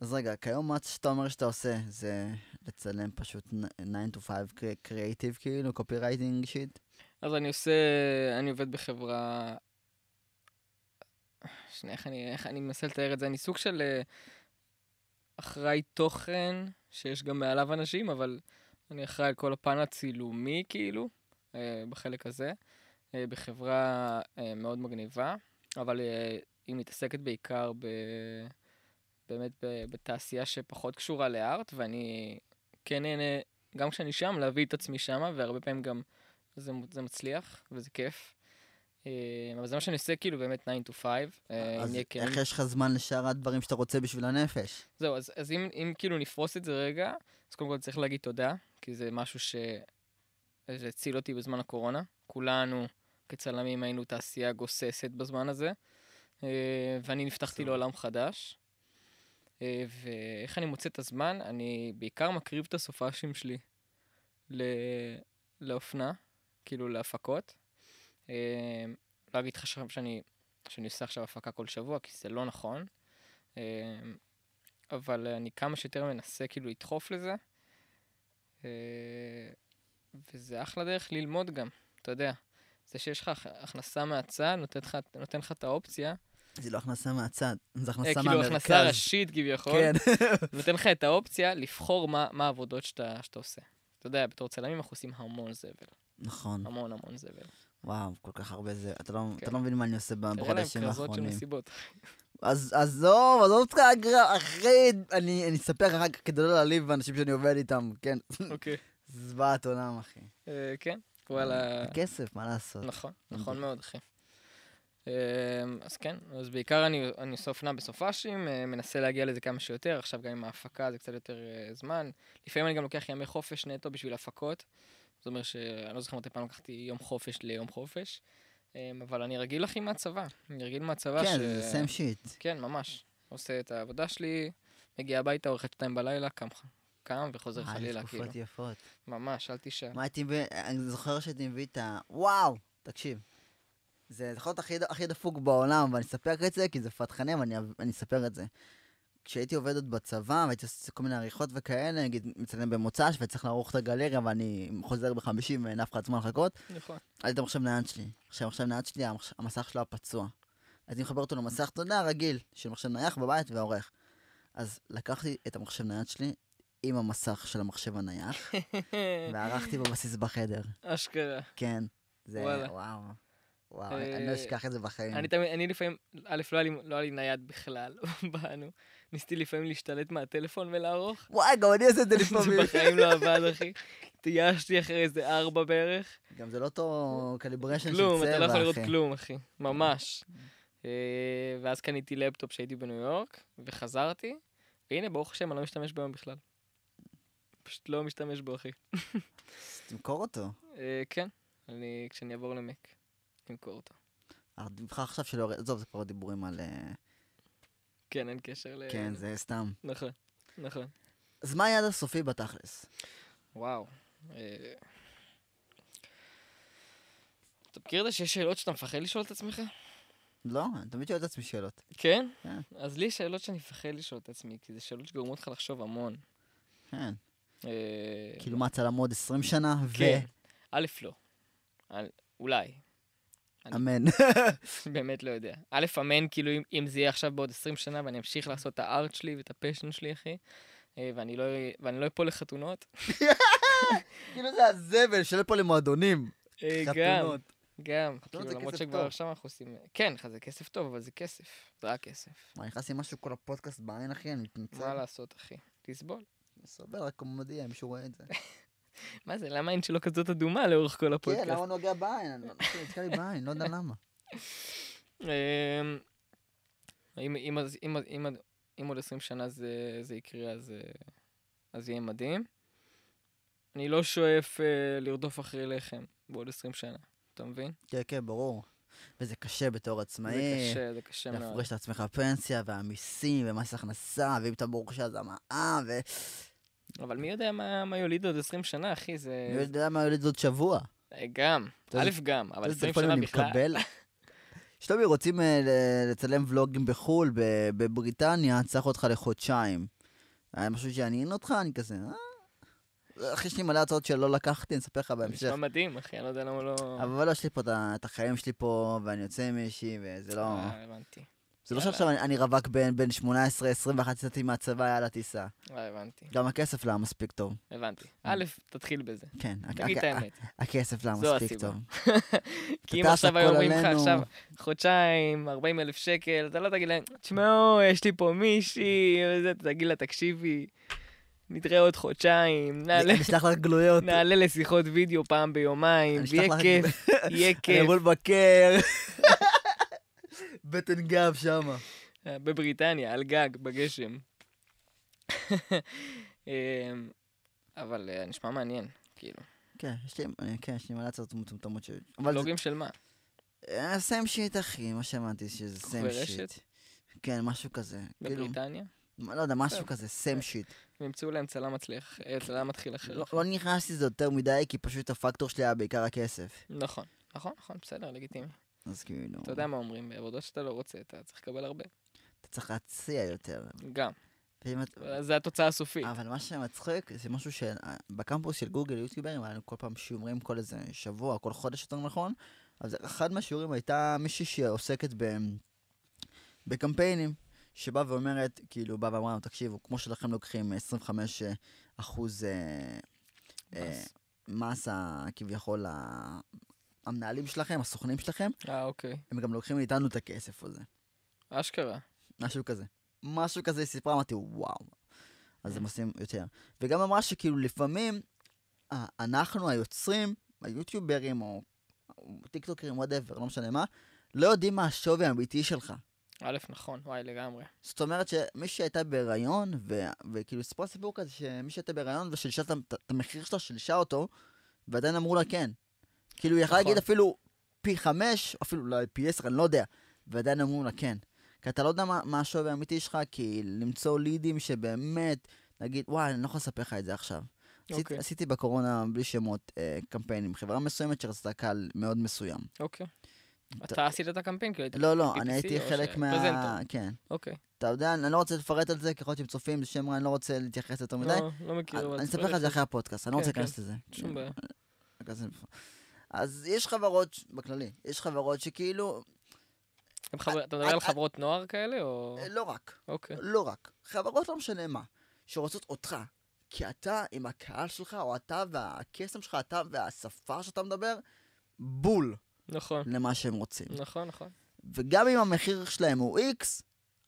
S1: אז רגע, כיום מה שאתה אומר שאתה עושה זה לצלם פשוט 9 to 5 קריאיטיב כאילו, קופי רייטינג שיט?
S2: אז אני עושה, אני עובד בחברה... שנייה, איך אני, איך אני מנסה לתאר את זה? אני סוג של אה, אחראי תוכן, שיש גם מעליו אנשים, אבל אני אחראי על כל הפן הצילומי, כאילו, אה, בחלק הזה, אה, בחברה אה, מאוד מגניבה, אבל אה, היא מתעסקת בעיקר ב... באמת ב- בתעשייה שפחות קשורה לארט, ואני כן נהנה, גם כשאני שם, להביא את עצמי שמה, והרבה פעמים גם זה, מ- זה מצליח, וזה כיף. אה, אבל זה מה שאני עושה, כאילו, באמת 9 to 5. אה, אם
S1: אז
S2: נהיה כנים.
S1: איך יש לך זמן לשאר הדברים שאתה רוצה בשביל הנפש?
S2: זהו, אז, אז אם, אם כאילו נפרוס את זה רגע, אז קודם כל צריך להגיד תודה, כי זה משהו ש... זה הציל אותי בזמן הקורונה. כולנו כצלמים היינו תעשייה גוססת בזמן הזה, אה, ואני נפתחתי
S1: בסדר.
S2: לעולם חדש. אה, ואיך אני מוצא את הזמן? אני בעיקר מקריב את הסופאשים שלי ל... לאופנה, כאילו להפקות. אה, לא אגיד לך עכשיו שאני, שאני עושה עכשיו הפקה כל שבוע, כי זה לא נכון. אה, אבל אני כמה שיותר מנסה כאילו לדחוף לזה. אה, וזה אחלה דרך ללמוד גם, אתה יודע. זה שיש לך הכ- הכנסה מהצד, נותן לך, נותן לך את האופציה.
S1: זה לא הכנסה מהצד, זה
S2: אה,
S1: הכנסה
S2: כאילו, הכנסה
S1: מהמרכז.
S2: ראשית נכון? כביכול.
S1: כן.
S2: נותן לך את האופציה לבחור מה, מה העבודות שאתה, שאתה עושה. אתה יודע, בתור צלמים אנחנו עושים המון זבל.
S1: נכון,
S2: המון המון זבל.
S1: וואו, כל כך הרבה זה, אתה לא- אתה
S2: כן.
S1: לא מבין מה אני עושה
S2: תראה להם
S1: בחודשים
S2: כרזות של
S1: האחרונים.
S2: מסיבות.
S1: אז עזוב, עזוב אותך, אגרה, אחי, אני אני אספר לך אחר כך כדי לא להעליב אנשים שאני עובד איתם, כן.
S2: אוקיי.
S1: זוועת עולם, אחי.
S2: אה, כן? וואלה.
S1: כסף, מה לעשות?
S2: נכון, נכון
S1: בדיוק.
S2: מאוד, אחי. אמ, אז כן, אז בעיקר אני, אני עושה אופנה בסופאשים, אה, מנסה להגיע לזה כמה שיותר, עכשיו גם עם ההפקה זה קצת יותר אה, זמן. לפעמים אני גם לוקח ימי חופש נטו בשביל הפקות. זאת אומרת שאני לא זוכר מתי פעם לקחתי יום חופש ליום חופש. אמ, אבל אני רגיל אחי מהצבא, אני רגיל מהצבא
S1: כן, זה סם שיט.
S2: כן, ממש. עושה את העבודה שלי, מגיע הביתה, עורך את שתיים בלילה, קם, קם וחוזר
S1: אה,
S2: חלילה, כאילו.
S1: תקופות יפות.
S2: ממש, אל תשאל.
S1: מה הייתי מביא, אני זוכר שהייתי מביא את ה... וואו! תקשיב. זה יכול להיות הכי ד- הכי דפוק בעולם, ואני אספר את זה, כי זה פתחני, אבל אני אב- אני אספר את זה. כשהייתי עובד עוד בצבא, והייתי עושה כל מיני עריכות וכאלה, נגיד, מצלם במוצ"ש, וצריך לערוך את הגלריה, ואני חוזר בחמישים, ואין אף אחד זמן לחכות,
S2: נכון.
S1: אז את המחשב נייד שלי. עכשיו, המחשב נייד שלי, המחש- המסך שלו הפצוע. אז אני מחבר אותו למסך, אתה יודע, רגיל, של מחשב נייח בבית ועורך. אז לקחתי את המחשב נייד שלי עם המסך של המחשב הנייח, וערכתי בבסיס בחדר.
S2: אשכרה.
S1: כן. זה,
S2: וואלה.
S1: וואו. וואו, אני אני לא
S2: אה,
S1: אשכח את זה בחיים.
S2: אני תמיד, אני לפעמים, א', לא היה לי, לא היה לי נייד בכלל, לא באנו. ניסיתי לפעמים להשתלט מהטלפון ולערוך.
S1: וואי, גם אני עושה את זה
S2: זה
S1: לפעמים.
S2: בחיים לא עבד, אחי. תיישתי אחרי איזה ארבע בערך.
S1: גם זה לא אותו קליברשן של צבע, אחי.
S2: כלום, אתה לא יכול לראות כלום, אחי. ממש. אה, ואז קניתי לפטופ שהייתי בניו יורק, וחזרתי, והנה, ברוך השם, אני לא משתמש בו היום בכלל. פשוט לא משתמש בו, אחי.
S1: אז תמכור אותו.
S2: אה, כן, אני, כשאני אעבור למק, נמכור אותו.
S1: אה, תבחר עכשיו שלא... יורד- עזוב, זה כבר דיבורים על... אה,
S2: כן, אין קשר ל...
S1: כן, זה סתם.
S2: נכון, נכון.
S1: אז מה היעד הסופי בתכלס?
S2: וואו. אה, אתה מכיר את זה שיש שאלות שאתה מפחד לשאול את עצמך?
S1: לא, אני תמיד שואל את עצמי שאלות.
S2: כן?
S1: כן.
S2: אז לי יש שאלות שאני מפחד לשאול את עצמי, כי זה שאלות שגורמות לך לחשוב המון.
S1: כן.
S2: אה,
S1: כאילו מה, צלם עוד 20 שנה?
S2: כן.
S1: ו...
S2: א', לא. אל- אולי. אני-
S1: אמן.
S2: באמת לא יודע. א', אמן, כאילו, אם, אם זה יהיה עכשיו בעוד 20 שנה, ואני אמשיך לעשות את הארט שלי ואת הפשן שלי, אחי, אה, ואני לא, ואני לא אפול לחתונות.
S1: כאילו זה הזבל, שלא פה למועדונים.
S2: אה, גם,
S1: חתונות.
S2: גם.
S1: חתונות
S2: כאילו,
S1: זה
S2: למרות
S1: כסף
S2: שכבר
S1: טוב.
S2: עכשיו אנחנו עושים... כן, אחי, זה כסף טוב, אבל זה כסף. זה רק כסף.
S1: מה, נכנס לי משהו כל הפודקאסט בעין, אחי? אני
S2: מה
S1: מתנצל.
S2: לעשות, אחי? תסבול.
S1: סובר, רק מודיע, מישהו רואה את זה.
S2: מה זה, למה אין שלו כזאת אדומה לאורך כל
S1: כן,
S2: הפודקאסט?
S1: למה הוא נוגע בעין? אני לא- אחי, נתקע לי בעין, לא יודע למה.
S2: אמ, אם, אם, אז- אם, אז- אם, עד- אם עוד 20 שנה זה, זה יקרה, אז, אה, אז יהיה מדהים. אני לא שואף אה, לרדוף אחרי לחם בעוד 20 שנה, אתה מבין?
S1: כן, כן, ברור. וזה קשה בתור
S2: זה
S1: עצמאי.
S2: קשה, זה קשה מאוד.
S1: להפריש לעצמך פנסיה, והמיסים, ומס הכנסה, ואם אתה מורשע אז המע"מ, ו...
S2: כן. אבל מי יודע מה, מה יוליד עוד 20 שנה, אחי, זה...
S1: אני לא יודע מה יולד עוד שבוע.
S2: אה, גם,
S1: אתה יודע-
S2: א' גם, אבל
S1: איזה
S2: 20
S1: טלפונים
S2: שנה
S1: אני
S2: בכלל.
S1: מקבל? שלומי, רוצים אה, ל- לצלם ולוגים בחו"ל, ב- בבריטניה, צריך אותך לחודשיים. היה משהו שיעניין אותך? אני כזה, אה? אחי, יש לי מלא הצעות שלא לקחתי, אני אספר לך
S2: זה
S1: בהמשך.
S2: נשמע מדהים, אחי, אני לא יודע למה לא...
S1: אבל לא, יש לי פה את ה- את החיים שלי פה, ואני יוצא עם מישהי, וזה לא...
S2: אה, הבנתי.
S1: זה לא
S2: יאללה.
S1: שעכשיו אני- אני רווק בין בין 18, 21, יצאתי מהצבא, יאללה, טיסה.
S2: אה, הבנתי,
S1: גם הכסף לא היה מספיק טוב.
S2: הבנתי.
S1: אה.
S2: א', תתחיל בזה.
S1: כן, הכ-
S2: תגיד
S1: הכ-
S2: את האמת.
S1: הכסף לא
S2: זו
S1: מספיק
S2: הסיבה.
S1: טוב.
S2: כי אם
S1: טס
S2: עכשיו היו
S1: הכל
S2: אומרים לך
S1: עלינו.
S2: עכשיו חודשיים, 40 אלף שקל, אתה לא תגיד להם, תשמעו, יש לי פה מישהי, וזה, אתה תגיד לה, תקשיבי, נתראה עוד חודשיים, נעלה-
S1: אני אשלח לך גלויות.
S2: נעלה לשיחות וידאו פעם ביומיים,
S1: אני אשלח
S2: יהיה
S1: לך-
S2: כיף, יהיה
S1: אני
S2: כיף.
S1: אמור לבקר. בטן גב שמה.
S2: אה, בבריטניה, על גג, בגשם. אמ, אבל אה, נשמע מעניין, כאילו.
S1: כן, יש לי, אני- כן, יש לי מלא הצעות מטומטמות ש... אבל
S2: לוגים של מה?
S1: זה סיים שיט, אחי, מה שאמרתי, שזה סיים
S2: ברשת?
S1: שיט. כן, משהו כזה. כאילו,
S2: בבריטניה?
S1: מה- לא יודע, משהו
S2: טוב.
S1: כזה,
S2: אה,
S1: סיים שיט.
S2: הם ימצאו להם צלם מצליח, אה, צלם מתחיל אחר.
S1: לא לא נכנסתי לזה יותר מדי, כי פשוט הפקטור שלי היה בעיקר הכסף.
S2: נכון, נכון, נכון, בסדר, לגיטימי.
S1: אז כאילו,
S2: אתה יודע מה אומרים, בעבודות שאתה לא רוצה, אתה צריך לקבל הרבה.
S1: אתה צריך להציע יותר.
S2: גם.
S1: ואם את-
S2: אבל זו התוצאה הסופית.
S1: אבל מה שמצחיק, זה משהו שבקמפוס של גוגל יוטיוברים, היה לנו כל פעם שיעורים כל איזה שבוע, כל חודש יותר נכון, אז אחד מהשיעורים הייתה מישהי שעוסקת ב... בקמפיינים, שבאה ואומרת, כאילו, באה ואמרה לנו, תקשיבו, כמו שלכם לוקחים 25 אה, אחוז אה, אה,
S2: מס.
S1: מס, ה- כביכול, ה- המנהלים שלכם, הסוכנים שלכם,
S2: אה, אוקיי.
S1: הם גם לוקחים מאיתנו את הכסף הזה.
S2: אשכרה.
S1: משהו כזה. משהו כזה היא סיפרה, אמרתי, וואו. אז הם עושים יותר. וגם אמרה שכאילו לפעמים אה, אנחנו היוצרים, היוטיוברים או או טיקטוקרים, וואטאבר, לא משנה מה, לא יודעים מה השווי האמיתי שלך.
S2: א', נכון, וואי, לגמרי.
S1: זאת אומרת שמי שהייתה בהיריון, ו... וכאילו סיפרה סיפור כזה, שמי שהייתה בהיריון ושילשה את ה- את המחיר שלה, שילשה אותו, ועדיין אמרו לה כן. כאילו, היא יכלה
S2: נכון.
S1: להגיד אפילו פי חמש, אפילו אולי פי עשר, אני לא יודע, ועדיין אמרו לה כן. כי אתה לא יודע מה, מה השווי האמיתי שלך, כי למצוא לידים שבאמת, נגיד, וואי, אני לא יכול לספר לך את זה עכשיו. עשיתי,
S2: אוקיי.
S1: עשיתי בקורונה, בלי שמות, אה, קמפיין עם חברה מסוימת שרצתה קהל מאוד מסוים.
S2: אוקיי. אתה עשית את הקמפיין, כאילו, היית-
S1: לא, לא, אני
S2: PPC
S1: הייתי
S2: או
S1: חלק מה...
S2: שפרזנטור?
S1: כן.
S2: אוקיי.
S1: אתה יודע, אני לא רוצה לפרט על זה, ככל שהם צופים, זה שם רע, אני לא רוצה להתייחס יותר מדי.
S2: לא, לא מכיר, אבל...
S1: אה, אני אספר
S2: בסדר,
S1: לך אה, את זה אחרי הפודקאסט, אני לא
S2: כן,
S1: רוצה
S2: כן.
S1: להיכנס לזה.
S2: שום בעיה.
S1: כזה- אז יש חברות, ש- בכללי, יש חברות שכאילו,
S2: הם חבר- אתה מדבר
S1: אה,
S2: על
S1: אה.
S2: חברות נוער כאלה, או...
S1: אה, לא רק,
S2: אוקיי.
S1: לא רק, חברות לא משנה מה, שרוצות אותך, כי אתה עם הקהל שלך, או אתה והקסם שלך, אתה והשפה שאתה מדבר, בול
S2: נכון.
S1: למה שהם רוצים.
S2: נכון, נכון.
S1: וגם אם המחיר שלהם הוא X,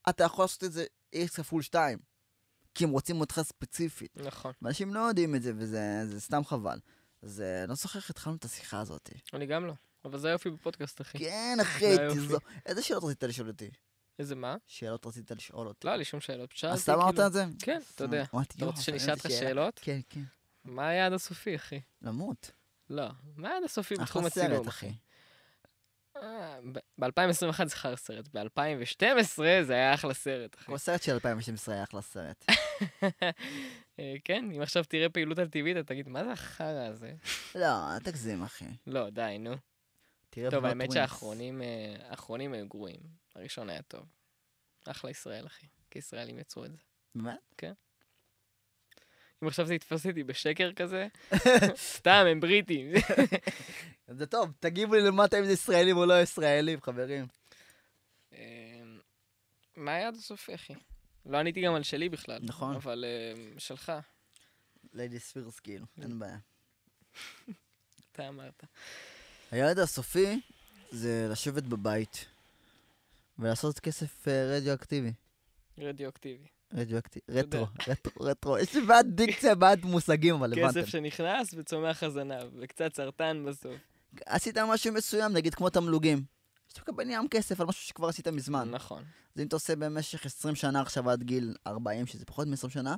S1: אתה יכול לעשות את זה X כפול 2, כי הם רוצים אותך ספציפית.
S2: נכון.
S1: ואנשים לא יודעים את זה, וזה זה סתם חבל. אז אה, לא זוכר איך התחלנו את השיחה הזאת.
S2: אני גם לא. אבל זה היופי בפודקאסט, אחי.
S1: כן, אחי,
S2: זה היופי.
S1: תזו... איזה שאלות רצית לשאול אותי?
S2: איזה מה?
S1: שאלות רצית לשאול אותי.
S2: לא היה לי שום שאלות. שאלתי,
S1: אז סתם אמרת
S2: כאילו-
S1: את זה?
S2: כן, אתה יודע.
S1: אמרתי,
S2: אתה
S1: יואו,
S2: רוצה שאני אשאל אותך
S1: איזה שאלה.
S2: שאלות?
S1: כן, כן.
S2: מה היעד הסופי, אחי?
S1: למות.
S2: לא. מה היעד הסופי בתחום
S1: אחלה סרט,
S2: הצילום?
S1: אחי.
S2: אה, ב-2021 זה חר סרט, ב-2012 זה היה אחלה סרט, אחי.
S1: כל סרט של 2012 היה אחלה סרט.
S2: אה, כן, אם עכשיו תראה פעילות על טבעית, אתה תגיד, מה זה החרא הזה?
S1: לא, אל תגזים, אחי.
S2: לא, די, נו.
S1: תראה
S2: טוב,
S1: בנות
S2: האמת
S1: ווינקס.
S2: שהאחרונים אה, האחרונים היו גרועים. הראשון היה טוב. אחלה ישראל, אחי. כי ישראלים יצרו את זה.
S1: באמת?
S2: אם עכשיו זה יתפוס אותי בשקר כזה, סתם, הם בריטים.
S1: זה טוב, תגיבו לי למטה אם זה ישראלים או לא ישראלים, חברים.
S2: אה, מה היה עד הסוף, אחי? לא עניתי גם על שלי בכלל.
S1: נכון.
S2: אבל אה, שלך,
S1: ליידי ספירס, כאילו,
S2: כן.
S1: אין בעיה.
S2: אתה אמרת.
S1: היעד הסופי זה לשבת בבית ולעשות כסף אה, רדיואקטיבי.
S2: רדיואקטיבי.
S1: רדיואקטיבי,
S2: יודע.
S1: רטרו, רטרו, רטרו. יש לי בעד דיקציה, בעד מושגים, אבל
S2: כסף
S1: הבנתם.
S2: שנכנס וצומח הזנב, וקצת סרטן בסוף.
S1: עשית משהו מסוים, נגיד כמו תמלוגים. שאתה מקבל ים כסף על משהו שכבר עשית מזמן.
S2: נכון.
S1: אז אם אתה עושה במשך 20 שנה עכשיו עד גיל 40, שזה פחות מ-20 שנה,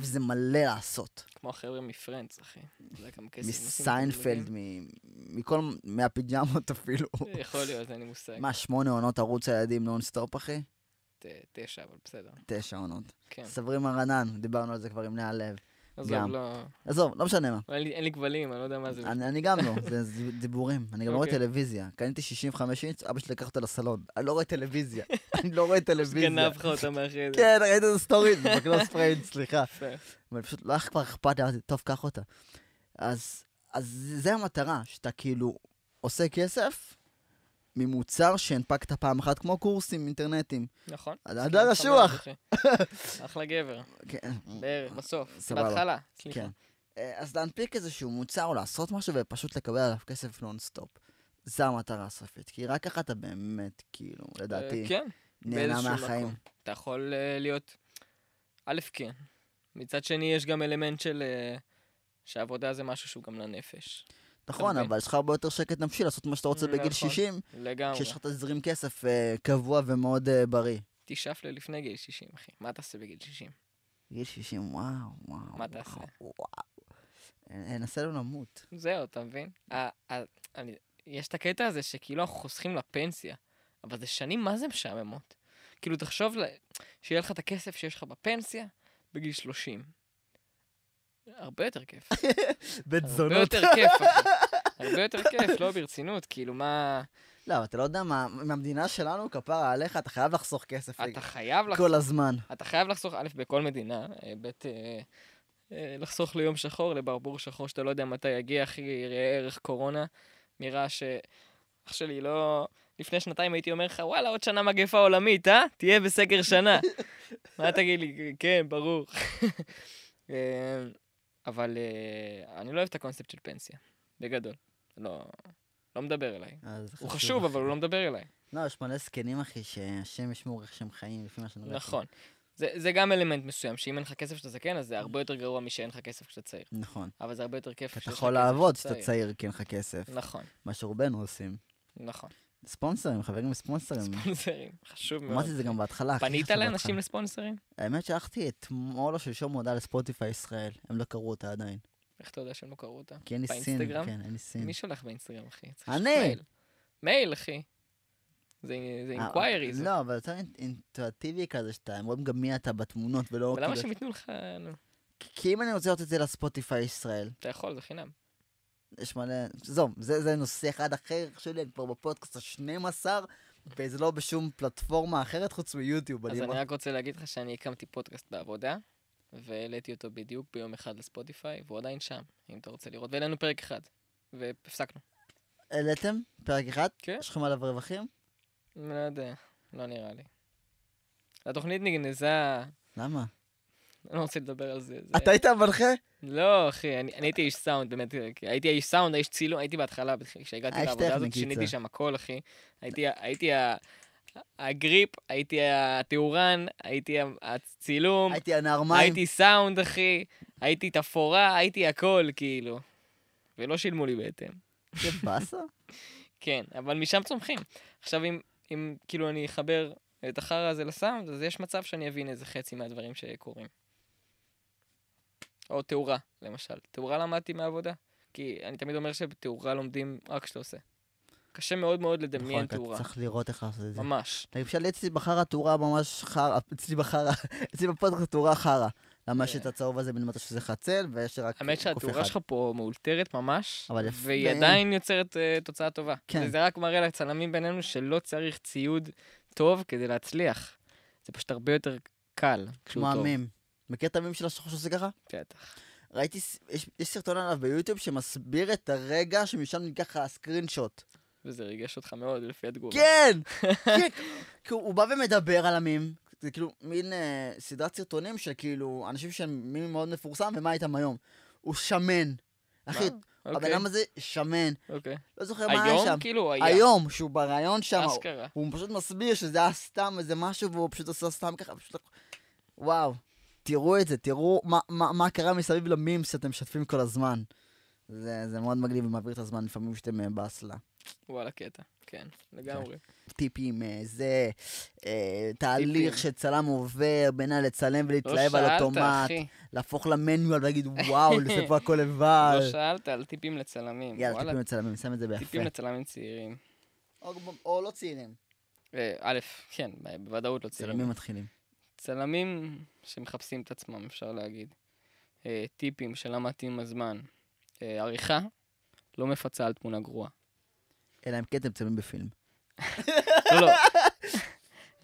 S1: זה מלא לעשות.
S2: כמו החבר'ה מפרנץ, אחי. זה גם כסף. עושים
S1: מסיינפלד,
S2: תמלוגים. כן.
S1: מ- מכל, מהפיג'מות אפילו.
S2: אה, יכול להיות, אין לי מושג.
S1: מה, שמונה עונות ערוץ הילדים נונסטופ, אחי?
S2: ת- תשע, אבל בסדר.
S1: תשע עונות.
S2: כן.
S1: סברים הרנן, דיברנו על זה כבר עם לאה לב.
S2: עזוב,
S1: גם.
S2: לא...
S1: עזוב, לא משנה מה.
S2: אין לי- אין לי כבלים, אני לא יודע מה זה.
S1: אני, אני גם לא, זה זה דיבורים. אני גם לא רואה
S2: אוקיי.
S1: טלוויזיה. קניתי 65 אינץ', אבא שלי לקח אותה לסלון. אני לא רואה טלוויזיה. אני לא רואה טלוויזיה.
S2: גנב לך אותם אחרי זה.
S1: כן, ראיתי את הסטוריז בקלוס פריינד, סליחה.
S2: יפה.
S1: אבל פשוט לא היה כבר אכפת, אמרתי, טוב, קח אותה. אז, אז זה המטרה, שאתה כאילו עושה כסף ממוצר שהנפקת פעם אחת, כמו קורסים אינטרנטיים.
S2: נכון.
S1: אדם אשוח.
S2: אחלה גבר,
S1: כן,
S2: בערך, בסוף.
S1: סבבה.
S2: בהתחלה, סליחה.
S1: כן. אה, אז להנפיק איזשהו מוצר או לעשות משהו ופשוט לקבל עליו כסף נונסטופ. זה המטרה הסופית, כי רק ככה אתה באמת, כאילו,
S2: אה,
S1: לדעתי,
S2: כן,
S1: נהנה
S2: באיזשהו
S1: מהחיים.
S2: מקום. אתה יכול אה, להיות... א', כן. מצד שני, יש גם אלמנט של... אה, שעבודה זה משהו שהוא גם לנפש.
S1: נכון,
S2: מבין?
S1: אבל יש לך הרבה יותר שקט נפשי לעשות מה שאתה רוצה
S2: Mm,
S1: בגיל
S2: אוקיי. נכון. אוקיי.
S1: 60,
S2: לגמרי.
S1: כשיש לך תזרים כסף אה, קבוע ומאוד אה, בריא.
S2: תשאף ללפני גיל 60, אחי. מה תעשה בגיל 60?
S1: גיל 60, וואו, וואו.
S2: מה תעשה?
S1: וואו. אה, אנסה לא למות.
S2: זהו, אתה מבין? ה- ה- אני- יש את הקטע הזה שכאילו אנחנו חוסכים לפנסיה, אבל זה שנים מה זה משעממות. כאילו, תחשוב ל- שיהיה לך את הכסף שיש לך בפנסיה בגיל 30. הרבה יותר כיף.
S1: בית
S2: הרבה יותר כיף, אחי. הרבה יותר כיף, לא ברצינות, כאילו, מה...
S1: לא, אבל אתה לא יודע מה, מהמדינה שלנו, כפרה עליך, אתה חייב לחסוך כסף
S2: אתה חייב לחסוך,
S1: כל הזמן.
S2: אתה חייב לחסוך, א', בכל מדינה, אה, ב', אה, אה, לחסוך ליום שחור, לברבור שחור שאתה לא יודע מתי יגיע, אחי, ראה ערך קורונה. נראה ש... אח שלי לא... לפני שנתיים הייתי אומר לך, וואלה, עוד שנה מגפה עולמית, אה? תהיה בסגר שנה. מה תגיד לי? כן, ברור. אה, אבל אה, אני לא אוהב את הקונספט של פנסיה, בגדול. לא, לא מדבר אליי.
S1: אז זה
S2: הוא חשוב, אבל הוא לא מדבר אליי.
S1: לא, יש מלא זקנים, אחי, שהשם ישמור איך שהם חיים, לפי מה שאני ראיתי.
S2: נכון. זה, זה גם אלמנט מסוים, שאם אין לך כסף כשאתה זקן, אז זה הרבה יותר גרוע משאין לך כסף כשאתה צעיר.
S1: נכון.
S2: אבל זה הרבה יותר כיף
S1: כי
S2: כשיש
S1: אתה
S2: לך
S1: יכול
S2: כסף
S1: לעבוד
S2: כשאתה
S1: כשאתה צעיר, כי אין לך כסף.
S2: נכון,
S1: מה שרובנו עושים.
S2: נכון.
S1: ספונסרים, חברים ספונסרים.
S2: ספונסרים, חשוב מאוד.
S1: אמ, אמרתי את זה גם בהתחלה. הכי
S2: פנית
S1: חשוב
S2: לאנשים
S1: בהתחלה.
S2: לספונסרים?
S1: האמת שלחתי אתמול או שלשום הודעה לספוטיפיי ישראל, הם לא קראו אותה עדיין.
S2: איך אתה יודע שהם לא קראו אותה?
S1: כי אין לי סין,
S2: באינסטגרם?
S1: כן, אין לי סין.
S2: מי שולח באינסטגרם, אחי? צריך
S1: אני.
S2: לשלוח מייל. מייל, אחי. זה זה
S1: אה,
S2: אינקוויירי. זה-
S1: לא, אבל יותר אינ- אינטואטיבי כזה, שאתה, הם רואים גם מי אתה בתמונות, ולא
S2: אבל למה
S1: כאילו-
S2: שהם ייתנו לך... נו,
S1: כי- כי אם אני רוצה לראות את זה לספוטיפיי ישראל,
S2: אתה יכול, זה חינם.
S1: יש מלא... זום, זה זה נושא אחד אחר, חשוב לי, אני כבר בפודקאסט ה-12, וזה לא בשום פלטפורמה אחרת חוץ מיוטיוב.
S2: אז
S1: אני
S2: אני
S1: אמרתי-
S2: רק רוצה להגיד לך שאני הקמתי פודקאסט בעבודה, והעליתי אותו בדיוק ביום אחד לספוטיפיי, והוא עדיין שם, אם אתה רוצה לראות. והעלינו פרק אחד, והפסקנו.
S1: העליתם פרק אחד?
S2: כן.
S1: יש לכם עליו רווחים?
S2: לא יודע, לא נראה לי. התוכנית נגנזה,
S1: למה?
S2: אני לא רוצה לדבר על זה. זה-
S1: אתה היית המנחה?
S2: לא, אחי, אני אני הייתי איש סאונד, באמת, כי הייתי האיש סאונד, האיש צילום, הייתי בהתחלה, בכ- כשהגעתי
S1: האיש
S2: לעבודה הזאת,
S1: טכני,
S2: שיניתי
S1: קיצר.
S2: שם הכל, אחי. הייתי ה- הייתי ה- הגריפ, הייתי התאורן, הייתי ה- הצילום,
S1: הייתי הנער מים?
S2: הייתי סאונד, אחי, הייתי תפאורה, הייתי הכל, כאילו. ולא שילמו לי בהתאם.
S1: זה באסה?
S2: כן, אבל משם צומחים. עכשיו, אם, אם כאילו אני אחבר את החרא הזה לסאונד, אז יש מצב שאני אבין איזה חצי מהדברים שקורים. או תאורה, למשל. תאורה למדתי מהעבודה. כי אני תמיד אומר שבתאורה לומדים רק כשאתה עושה. קשה מאוד מאוד לדמיין
S1: נכון,
S2: תאורה.
S1: צריך לראות איך לעשות את זה.
S2: ממש.
S1: למשל, אצלי בחרא תאורה ממש חרא, אצלי בחרא, אצלי בפודקאסט תאורה חרא. למה יש
S2: כן.
S1: את הצהוב הזה בלמטה שזה חצל, ויש רק
S2: האמת
S1: קוף
S2: שהתאורה
S1: אחד.
S2: שלך פה מאולתרת ממש,
S1: אבל יפה.
S2: והיא עדיין יוצרת אה, תוצאה טובה.
S1: כן.
S2: וזה רק מראה לצלמים בינינו שלא צריך ציוד טוב כדי להצליח. זה פשוט הרבה יותר קל כשהוא
S1: כמו
S2: טוב.
S1: המים. מכיר את המים של השחור שעושה ככה?
S2: בטח.
S1: ראיתי, ס- יש, יש סרטון עליו ביוטיוב שמסביר את הרגע שמשם ניקח הסקרין שוט.
S2: וזה ריגש אותך מאוד לפי התגובה.
S1: כן! כן! כי הוא הוא בא ומדבר על המים. זה כאילו מין אה, סדרת סרטונים של כאילו אנשים שהם מי מאוד מפורסם ומה איתם היום. הוא שמן. אחי,
S2: מה?
S1: הבן
S2: אוקיי,
S1: אדם הזה שמן.
S2: אוקיי.
S1: לא זוכר מה היה
S2: היום
S1: שם.
S2: כאילו היה.
S1: היום, שהוא בריאיון שם, הוא-
S2: אשכרה.
S1: הוא פשוט מסביר שזה היה סתם איזה משהו, והוא פשוט עשה סתם ככה, פשוט... וואו, תראו את זה, תראו מה, מה, מה קרה מסביב למים שאתם משתפים כל הזמן. זה, זה מאוד מגניב ומעביר את הזמן לפעמים שאתם אה, באסלה.
S2: וואלה, קטע. כן, לגמרי.
S1: טיפים, אה, זה, אה, תהליך שצלם עובר בינה לצלם
S2: לא
S1: ולהתלהב על
S2: שאלת,
S1: אוטומט,
S2: אחי.
S1: להפוך למנואל ולהגיד וואו, לזה כבר הכל לבד.
S2: לא שאלת על טיפים לצלמים.
S1: יאללה,
S2: וואלה,
S1: טיפים לצלמים, שם את זה ביפה.
S2: טיפים לצלמים צעירים.
S1: או, או לא צעירים,
S2: אה, א', כן, ב- בוודאות לא צעירים.
S1: צלמים מתחילים.
S2: צלמים שמחפשים את עצמם, אפשר להגיד. אה, טיפים שלמדתי עם הזמן. אה, עריכה לא מפצה על תמונה גרועה.
S1: אלא אם כן אתם צלמים בפילם.
S2: לא, לא.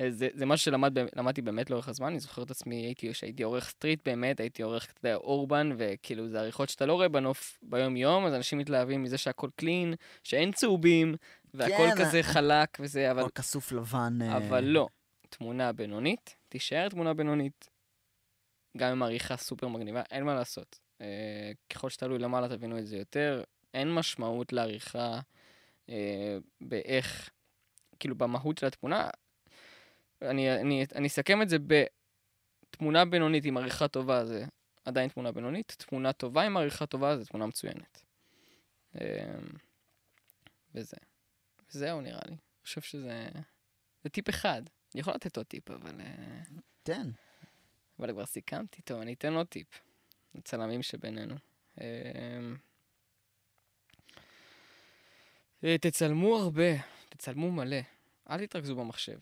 S2: אה, זה, זה משהו שלמדתי באמת לאורך הזמן, אני זוכר את עצמי, הייתי, כשהייתי עורך סטריט באמת, הייתי עורך, אתה יודע, אורבן, וכאילו, זה עריכות שאתה לא רואה בנוף ביום-יום, אז אנשים מתלהבים מזה שהכל קלין, שאין צהובים, והכל
S1: כן,
S2: כזה חלק וזה, אבל
S1: אבל כסוף לבן. אה,
S2: אבל לא. תמונה בינונית, תישאר תמונה בינונית. גם עם עריכה סופר מגניבה, אין מה לעשות. אה, ככל שתעלו למעלה תבינו את זה יותר. אין משמעות לעריכה אה, באיך, כאילו במהות של התמונה. אני, אני, אני אסכם את זה בתמונה בינונית עם עריכה טובה זה עדיין תמונה בינונית, תמונה טובה עם עריכה טובה זה תמונה מצוינת. אה, וזה. זהו נראה לי. אני חושב שזה... זה טיפ אחד. אני יכול לתת עוד טיפ, אבל... אה,
S1: תן.
S2: אבל כבר סיכמתי, טוב, אני אתן עוד טיפ. הצלמים שבינינו. אמ, אה, תצלמו הרבה, תצלמו מלא. אל תתרכזו במחשב.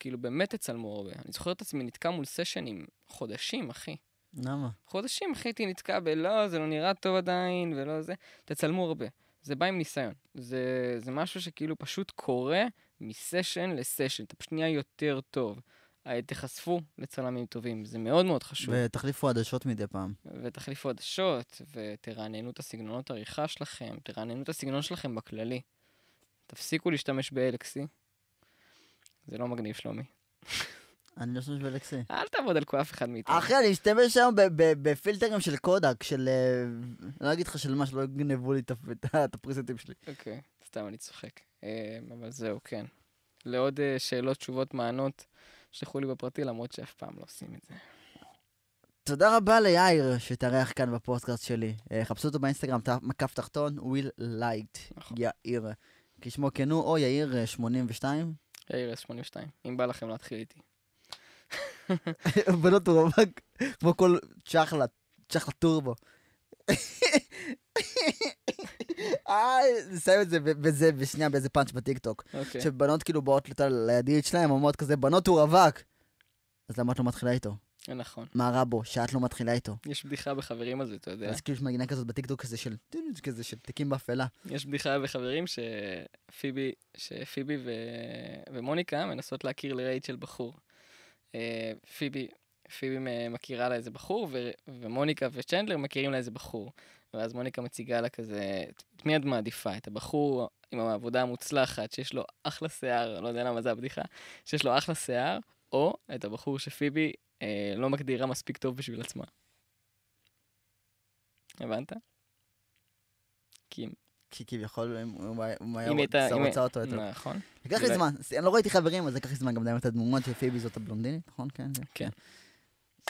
S2: כאילו, באמת תצלמו הרבה. אני זוכר את עצמי נתקע מול סשנים חודשים, אחי.
S1: למה?
S2: חודשים אחי הייתי נתקע בלא, זה לא נראה טוב עדיין, ולא זה. תצלמו הרבה. זה בא עם ניסיון. זה, זה משהו שכאילו פשוט קורה מסשן לסשן. אתה פשוט נהיה יותר טוב. אה, תיחשפו לצלמים טובים, זה מאוד מאוד חשוב. ו...
S1: ותחליפו עדשות מדי פעם.
S2: ותחליפו עדשות, ותרעננו את הסגנונות העריכה שלכם, תרעננו את הסגנון שלכם בכללי. תפסיקו להשתמש באלקסי. זה לא מגניב, שלומי.
S1: אני לא משתמש באלקסי.
S2: אל תעבוד על כל אף אחד מאיתנו.
S1: אחי, אני משתמש היום ב- ב- בפילטרים של קודק, של... אה, אני לא אגיד לך של מה, שלא יגנבו לי את ה- את ה- את הפריסטים שלי.
S2: אוקיי, סתם אני צוחק. אה, אבל זהו, כן. לעוד אה, שאלות, תשובות, מענות, שלחו לי בפרטי, למרות שאף פעם לא עושים את זה.
S1: תודה רבה ליאיר שהתארח כאן בפודקאסט שלי. אה, חפשו אותו באינסטגרם, ת- מקף תחתון, וויל לייט,
S2: נכון.
S1: יאיר. כשמו כן הוא, או יאיר אה, 82.
S2: יאיר S82, אם בא לכם להתחיל איתי.
S1: בנות הוא רווק, כמו כל צ'חלה, צ'חלה טורבו. אה, נסיים את זה ב- בזה, בשנייה, באיזה פאנץ' בטיקטוק.
S2: אוקיי.
S1: שבנות כאילו באות לת- לידיד שלהם, אומרות כזה, בנות הוא רווק. אז למה את לא מתחילה איתו?
S2: אה, נכון.
S1: מה רע בו, שאת לא מתחילה איתו?
S2: יש בדיחה בחברים על זה, אתה יודע.
S1: אז כאילו יש מנגינה כזאת בטיקטוק כזה של, כזה של תיקים באפלה.
S2: יש בדיחה בחברים שפיבי, שפיבי ו... ומוניקה מנסות להכיר לרייצ'ל בחור. אה, פיבי, פיבי מ- מכירה לה איזה בחור, ו... ומוניקה וצ'נדלר מכירים לה איזה בחור. ואז מוניקה מציגה לה כזה, את מי את מעדיפה? את הבחור עם העבודה המוצלחת, שיש לו אחלה שיער, לא יודע למה זה הבדיחה, שיש לו אחלה שיער, או את הבחור שפיבי אה, לא מגדירה מספיק טוב בשביל עצמה. הבנת? כי
S1: כי כביכול, אם הוא היה- הוא היה
S2: אם הייתה... אם-
S1: רוצה אותו יותר.
S2: נכון.
S1: לקח לי
S2: אולי-
S1: זמן, ס- אני לא ראיתי חברים, אז לקח לי זמן גם להם את הדמומות של פיבי זאת הבלונדינית, נכון? כן. זה-
S2: כן.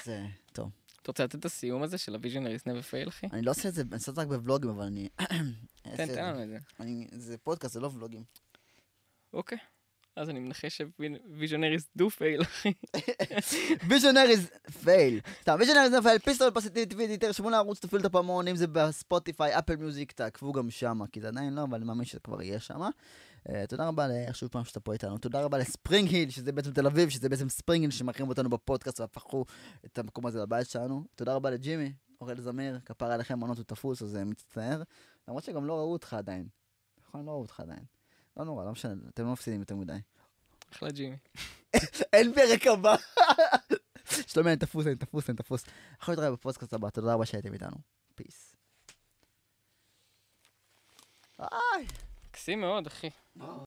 S1: זה, טוב.
S2: אתה רוצה לתת את הסיום הזה של ה-visionaries never fail, אחי?
S1: אני לא עושה את זה, אני עושה את זה רק בוולוגים, אבל אני... אעשה
S2: תן,
S1: את זה.
S2: תן לנו את זה.
S1: אני- זה פודקאסט, זה לא וולוגים.
S2: אוקיי. אז אני מנחש שוויז'ונריז דו פייל, אחי.
S1: ויז'ונריז פייל. סתם, ויז'ונריז פייל, פיסטול פסיטיבי, תרשמו לערוץ, תפעילו את הפעמון, אם זה בספוטיפיי, אפל מיוזיק, תעקבו גם שמה, כי זה עדיין לא, אבל אני מאמין שזה כבר יהיה שמה. אה, תודה רבה לאיך שוב פעם שאתה פה איתנו, תודה רבה לספרינג היל, שזה בעצם תל אביב, שזה בעצם ספרינג היל שמאחרים אותנו בפודקאסט והפכו את המקום הזה לבית שלנו. תודה רבה לג'ימי, אורל זמיר, כפר עליכם, עונות הוא תפוס, אז אה, מצטער. למרות שגם לא ראו אותך עדיין. נכון, לא ראו אותך עדיין. לא נורא, לא משנה, אתם לא מפסידים יותר מדי.
S2: אחלה ג'ימי.
S1: אין פרק הבא. שלומי, אני תפוס, אני תפוס, אני תפוס. אנחנו נתראה בפודקאסט הבא, תודה רבה שהייתם איתנו. פיס. איי. אה,
S2: מקסים מאוד, אחי.